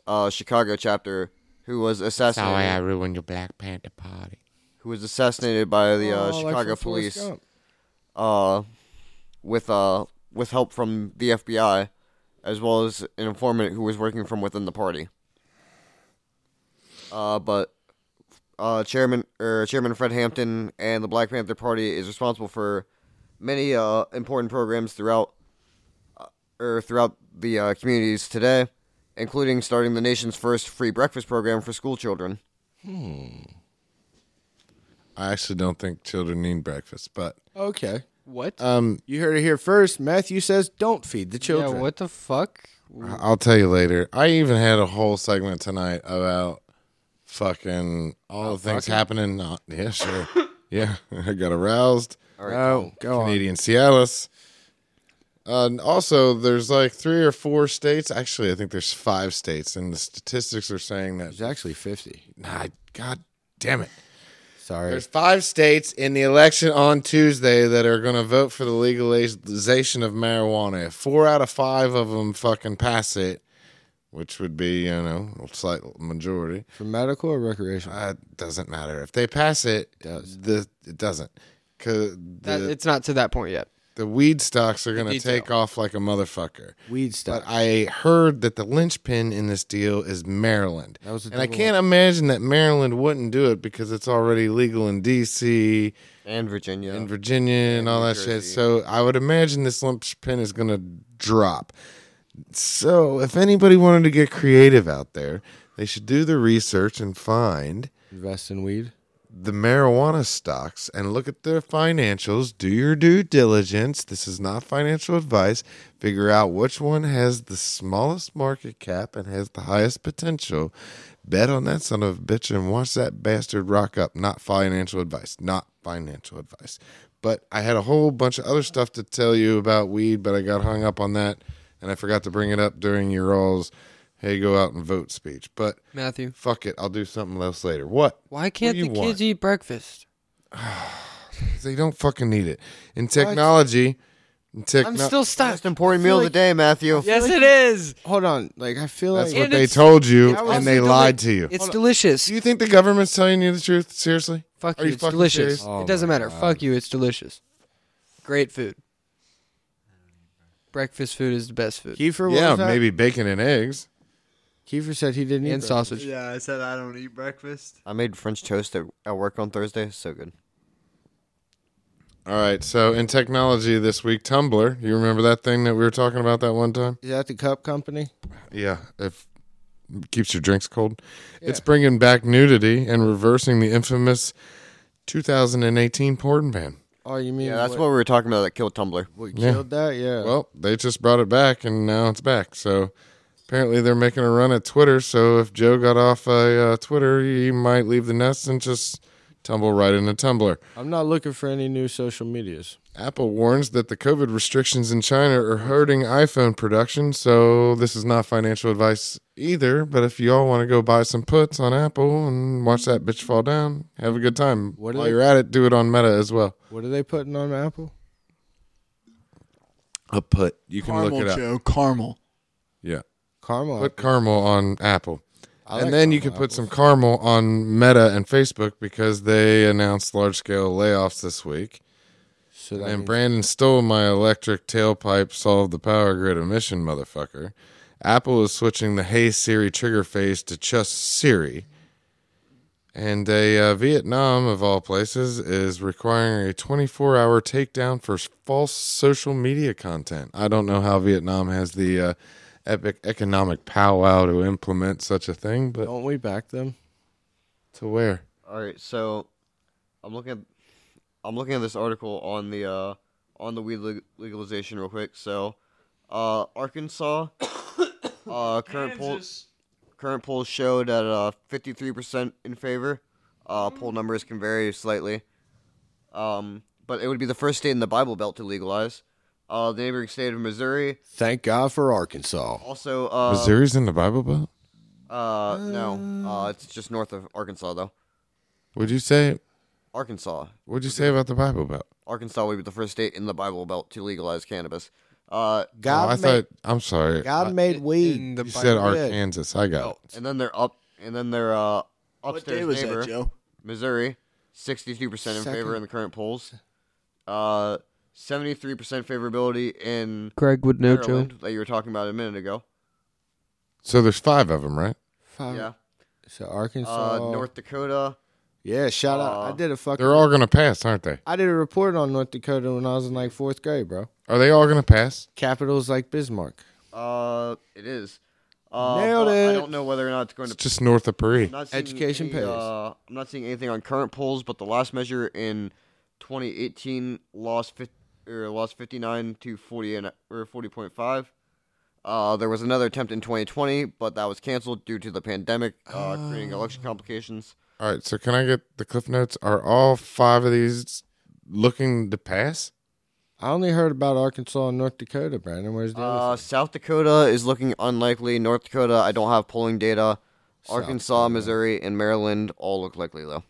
[SPEAKER 3] uh, Chicago chapter, who was assassinated.
[SPEAKER 4] ruined your Black Panther party.
[SPEAKER 3] Who was assassinated by the
[SPEAKER 2] Oh,
[SPEAKER 3] uh,
[SPEAKER 2] like from
[SPEAKER 3] Chicago
[SPEAKER 2] Forrest
[SPEAKER 3] police,
[SPEAKER 2] Gump.
[SPEAKER 3] uh, with uh, with help from the FBI, as well as an informant who was working from within the party. Uh, but uh, Chairman er, Chairman Fred Hampton and the Black Panther Party is responsible for many uh, important programs throughout or throughout the uh, communities today, including starting the nation's first free breakfast program for school children.
[SPEAKER 4] I actually don't think children need breakfast, but
[SPEAKER 2] Okay,
[SPEAKER 1] What?
[SPEAKER 4] um,
[SPEAKER 2] you heard it here first. Matthew says, "Don't feed the
[SPEAKER 1] yeah.
[SPEAKER 2] children."
[SPEAKER 1] What the fuck?
[SPEAKER 4] I- I'll tell you later. I even had a whole segment tonight about fucking all the things happening. Not, yeah, sure. yeah, I got aroused.
[SPEAKER 2] No, go on.
[SPEAKER 4] Canadian Cialis. Uh, and also, there's like three or four states. Actually, I think there's five states, and the statistics are saying that.
[SPEAKER 2] It's actually fifty.
[SPEAKER 4] Nah, God damn it.
[SPEAKER 2] Sorry.
[SPEAKER 4] There's five states in the election on Tuesday that are going to vote for the legalization of marijuana. If four out of five of them fucking pass it, which would be, you know, a slight majority.
[SPEAKER 2] For medical or recreational?
[SPEAKER 4] Uh, it doesn't matter. If they pass it,
[SPEAKER 2] does.
[SPEAKER 4] The, it doesn't. 'Cause
[SPEAKER 1] That,
[SPEAKER 4] the-
[SPEAKER 1] it's not to that point yet.
[SPEAKER 4] The weed stocks are going to
[SPEAKER 1] detail.
[SPEAKER 4] take off like a motherfucker.
[SPEAKER 2] Weed
[SPEAKER 4] But
[SPEAKER 2] stuff.
[SPEAKER 4] I heard that the linchpin in this deal is Maryland.
[SPEAKER 2] That was a
[SPEAKER 4] and I
[SPEAKER 2] double
[SPEAKER 4] can't imagine that Maryland wouldn't do it because it's already legal in D.C.
[SPEAKER 3] and Virginia.
[SPEAKER 4] in Virginia and all that shit. So I would imagine this linchpin is going to drop. So if anybody wanted to get creative out there, they should do the research and find
[SPEAKER 2] Invest in weed.
[SPEAKER 4] the marijuana stocks and look at their financials. Do your due diligence. This is not financial advice. Figure out which one has the smallest market cap and has the highest potential. Bet on that son of a bitch and watch that bastard rock up. Not financial advice. Not financial advice. But I had a whole bunch of other stuff to tell you about weed, but I got hung up on that and I forgot to bring it up during your all's hey go out and vote speech. But
[SPEAKER 1] Matthew,
[SPEAKER 4] fuck it, I'll do something else later. What?
[SPEAKER 1] why can't
[SPEAKER 4] do
[SPEAKER 1] the
[SPEAKER 4] you
[SPEAKER 1] kids
[SPEAKER 4] want?
[SPEAKER 1] eat breakfast?
[SPEAKER 4] They don't fucking need it. In technology, in techno-
[SPEAKER 1] I'm still stuck.
[SPEAKER 3] Most important meal of the day, Matthew.
[SPEAKER 1] Yes, it is.
[SPEAKER 2] Hold on. Like I feel
[SPEAKER 4] that's
[SPEAKER 2] like
[SPEAKER 4] what
[SPEAKER 1] And
[SPEAKER 4] they
[SPEAKER 1] it's-
[SPEAKER 4] told you,
[SPEAKER 2] Yeah, I was
[SPEAKER 4] and they
[SPEAKER 1] also
[SPEAKER 4] lied
[SPEAKER 1] doing-
[SPEAKER 4] to you.
[SPEAKER 1] It's delicious.
[SPEAKER 4] Do you think the government's telling you the truth? Seriously?
[SPEAKER 1] Fuck
[SPEAKER 4] Are
[SPEAKER 1] you.
[SPEAKER 4] you
[SPEAKER 1] it's
[SPEAKER 4] fucking
[SPEAKER 1] delicious.
[SPEAKER 4] serious?
[SPEAKER 2] Oh
[SPEAKER 1] it doesn't
[SPEAKER 2] my
[SPEAKER 1] matter. Fuck you. It's delicious. Great food. Breakfast food is the best food.
[SPEAKER 2] Kiefer. What
[SPEAKER 4] yeah,
[SPEAKER 2] was that?
[SPEAKER 4] maybe bacon and eggs.
[SPEAKER 2] Kiefer said he didn't eat.
[SPEAKER 1] and
[SPEAKER 2] breakfast.
[SPEAKER 1] sausage.
[SPEAKER 8] Yeah, I said I don't eat breakfast.
[SPEAKER 3] I made French toast at, at work on Thursday. So good.
[SPEAKER 4] All right. So in technology this week, Tumblr. You remember that thing that we were talking about that one time?
[SPEAKER 2] Is that the cup company?
[SPEAKER 4] Yeah. If keeps your drinks cold, it's bringing back nudity and reversing the infamous 2018 porn ban.
[SPEAKER 2] Oh, you mean
[SPEAKER 3] Yeah, that's what
[SPEAKER 2] what,
[SPEAKER 3] we were talking about that killed Tumblr.
[SPEAKER 2] what
[SPEAKER 4] Yeah.
[SPEAKER 2] killed that? Yeah.
[SPEAKER 4] Well, they just brought it back, and now it's back. So apparently, they're making a run at Twitter. So if Joe got off uh, uh, Twitter, he might leave the nest and just tumble right into Tumblr.
[SPEAKER 2] I'm not looking for any new social medias.
[SPEAKER 4] Apple warns that the COVID restrictions in China are hurting iPhone production. So this is not financial advice either. But if you all want to go buy some puts on Apple and watch that bitch fall down, have a good time.
[SPEAKER 2] What are
[SPEAKER 4] While
[SPEAKER 2] they-
[SPEAKER 4] you're at it, do it on Meta as well.
[SPEAKER 2] What are they putting on Apple?
[SPEAKER 4] A put. You can
[SPEAKER 7] Caramel,
[SPEAKER 4] look it up.
[SPEAKER 7] Joe. Caramel.
[SPEAKER 4] Yeah.
[SPEAKER 2] Caramel.
[SPEAKER 4] Put caramel on Apple.
[SPEAKER 2] I like
[SPEAKER 4] and then you can
[SPEAKER 2] caramel
[SPEAKER 4] put some caramel on Meta and Facebook because they announced large scale layoffs this week.
[SPEAKER 2] so that
[SPEAKER 4] And
[SPEAKER 2] means-
[SPEAKER 4] Brandon stole my electric tailpipe, solved the power grid emission, motherfucker. Apple is switching the Hey Siri trigger face to just Siri. And a uh, Vietnam, of all places, is requiring a 24 hour takedown for s- false social media content. I don't know how Vietnam has the uh, epic economic powwow to implement such a thing, but
[SPEAKER 2] don't we back them?
[SPEAKER 4] to where?
[SPEAKER 3] All right, so I'm looking at I'm looking at this article on the uh, on the weed leg- legalization real quick. So, uh, Arkansas uh, current poll current polls show that uh, 53% in favor. Uh, poll numbers can vary slightly. Um, but it would be the first state in the Bible Belt to legalize. Uh, the neighboring state of Missouri
[SPEAKER 2] Thank God for Arkansas.
[SPEAKER 3] also uh,
[SPEAKER 4] Missouri's in the Bible Belt?
[SPEAKER 3] Uh, no, uh, it's just north of Arkansas though.
[SPEAKER 4] Would you say?
[SPEAKER 3] Arkansas,
[SPEAKER 4] What'd you say about the Bible Belt? Oh,
[SPEAKER 3] Arkansas would be the first state in the Bible Belt to legalize cannabis. Uh,
[SPEAKER 4] Oh,
[SPEAKER 2] God
[SPEAKER 4] I
[SPEAKER 2] made
[SPEAKER 4] thought. I'm sorry.
[SPEAKER 2] God made
[SPEAKER 1] In
[SPEAKER 2] weed.
[SPEAKER 1] the
[SPEAKER 4] You said
[SPEAKER 1] Bible.
[SPEAKER 4] Arkansas. I got it.
[SPEAKER 3] and then they're up, and then they're uh,
[SPEAKER 7] What day
[SPEAKER 3] upstairs
[SPEAKER 7] was
[SPEAKER 3] neighbor,
[SPEAKER 7] that, Joe?
[SPEAKER 3] Missouri, sixty-three percent in favor in the current polls. Uh, seventy-three percent favorability in
[SPEAKER 1] Craig would know, Joe.
[SPEAKER 3] Maryland that you were talking about a minute ago.
[SPEAKER 4] So there's five of them, right?
[SPEAKER 2] Fuck.
[SPEAKER 3] yeah,
[SPEAKER 2] So
[SPEAKER 3] uh,
[SPEAKER 2] Arkansas.
[SPEAKER 3] North Dakota.
[SPEAKER 2] Yeah. Shout out.
[SPEAKER 3] uh,
[SPEAKER 2] I did a fucking.
[SPEAKER 4] They're all gonna pass, aren't they?
[SPEAKER 2] I did a report on North Dakota when I was in like fourth grade, bro.
[SPEAKER 4] Are they all gonna pass?
[SPEAKER 2] Capitals like Bismarck.
[SPEAKER 3] Uh, it is. Uh,
[SPEAKER 2] Nailed
[SPEAKER 3] but I
[SPEAKER 2] it.
[SPEAKER 3] don't know whether or not it's going
[SPEAKER 4] It's
[SPEAKER 3] to
[SPEAKER 4] just north of Paris.
[SPEAKER 3] I'm not seeing
[SPEAKER 2] Education
[SPEAKER 3] any,
[SPEAKER 2] pays.
[SPEAKER 3] Uh, I'm not seeing anything on current polls, but the last measure in 2018 lost fif- or lost 59 to 40 and or 40.5. Uh, there was another attempt in 2020, but that was canceled due to the pandemic, uh,
[SPEAKER 2] Ah.
[SPEAKER 3] creating election complications.
[SPEAKER 4] All right. So can I get the cliff notes? Are all five of these looking to pass?
[SPEAKER 2] I only heard about Arkansas and North Dakota, Brandon. Where's the
[SPEAKER 3] Uh,
[SPEAKER 2] other?
[SPEAKER 3] South Dakota is looking unlikely. North Dakota, I don't have polling data. Arkansas, Missouri, and Maryland all look likely though,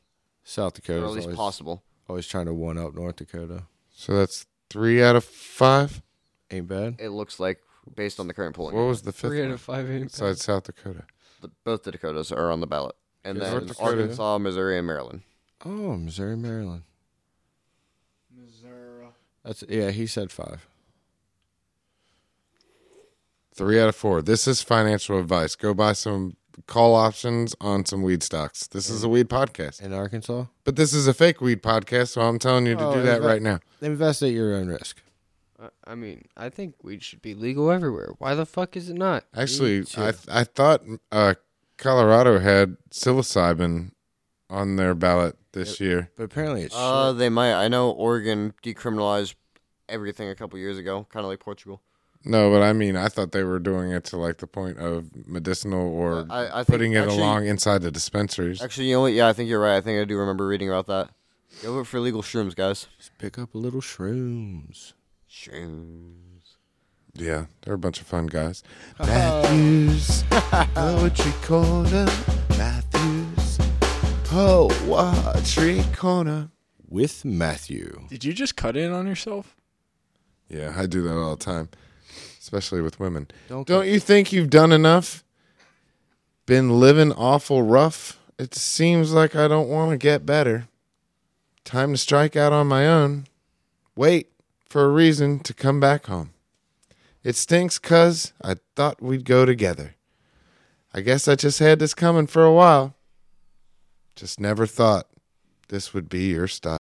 [SPEAKER 2] South Dakota.
[SPEAKER 3] or at least
[SPEAKER 2] always,
[SPEAKER 3] possible.
[SPEAKER 2] Always trying to one up North Dakota.
[SPEAKER 4] So that's three out of five.
[SPEAKER 2] Ain't bad.
[SPEAKER 3] It looks like based on the current polling.
[SPEAKER 4] What was the fifth?
[SPEAKER 1] Three out
[SPEAKER 4] one?
[SPEAKER 1] of five. ain't bad.
[SPEAKER 4] Besides South Dakota.
[SPEAKER 3] the, both the Dakotas are on the ballot, and
[SPEAKER 4] Is North
[SPEAKER 3] then
[SPEAKER 4] Dakota-
[SPEAKER 3] Arkansas, Missouri, and Maryland.
[SPEAKER 2] Oh, Missouri, Maryland. That's yeah. He said five.
[SPEAKER 4] Three out of four. This is financial advice. Go buy some call options on some weed stocks. This is a weed podcast,
[SPEAKER 2] In Arkansas,
[SPEAKER 4] but this is a fake weed podcast, so I'm telling you to
[SPEAKER 2] Oh,
[SPEAKER 4] do
[SPEAKER 2] is
[SPEAKER 4] that
[SPEAKER 2] that-
[SPEAKER 4] right now.
[SPEAKER 2] invest at your own risk.
[SPEAKER 1] I, I mean, I think weed should be legal everywhere. Why the fuck is it not?
[SPEAKER 4] Actually, I I thought uh, Colorado had psilocybin on their ballot this year.
[SPEAKER 2] But apparently it's
[SPEAKER 3] Uh, they might. I know Oregon decriminalized everything a couple years ago, kind of like Portugal.
[SPEAKER 4] No, but I mean, I thought they were doing it to like the point of medicinal or
[SPEAKER 3] I- I think
[SPEAKER 4] putting it
[SPEAKER 3] actually-
[SPEAKER 4] along inside the dispensaries.
[SPEAKER 3] Actually, you know what? Yeah, I think you're right. I think I do remember reading about that. Go vote for legal shrooms, guys.
[SPEAKER 2] shit. pick up a little shrooms.
[SPEAKER 3] Shrooms.
[SPEAKER 4] yeah, they're a bunch of fun guys. Matthews, poetry corner. Matthews, poetry corner.
[SPEAKER 2] With Matthew,
[SPEAKER 7] Did you just cut in on yourself?
[SPEAKER 4] Yeah, I do that all the time, especially with women.
[SPEAKER 2] Don't
[SPEAKER 4] Don't, you think you've done enough? Been living awful rough. It seems like I don't want to get better. Time to strike out on my own. Wait for a reason to come back home. It stinks because I thought we'd go together. I guess I just had this coming for a while. Just never thought this would be your style.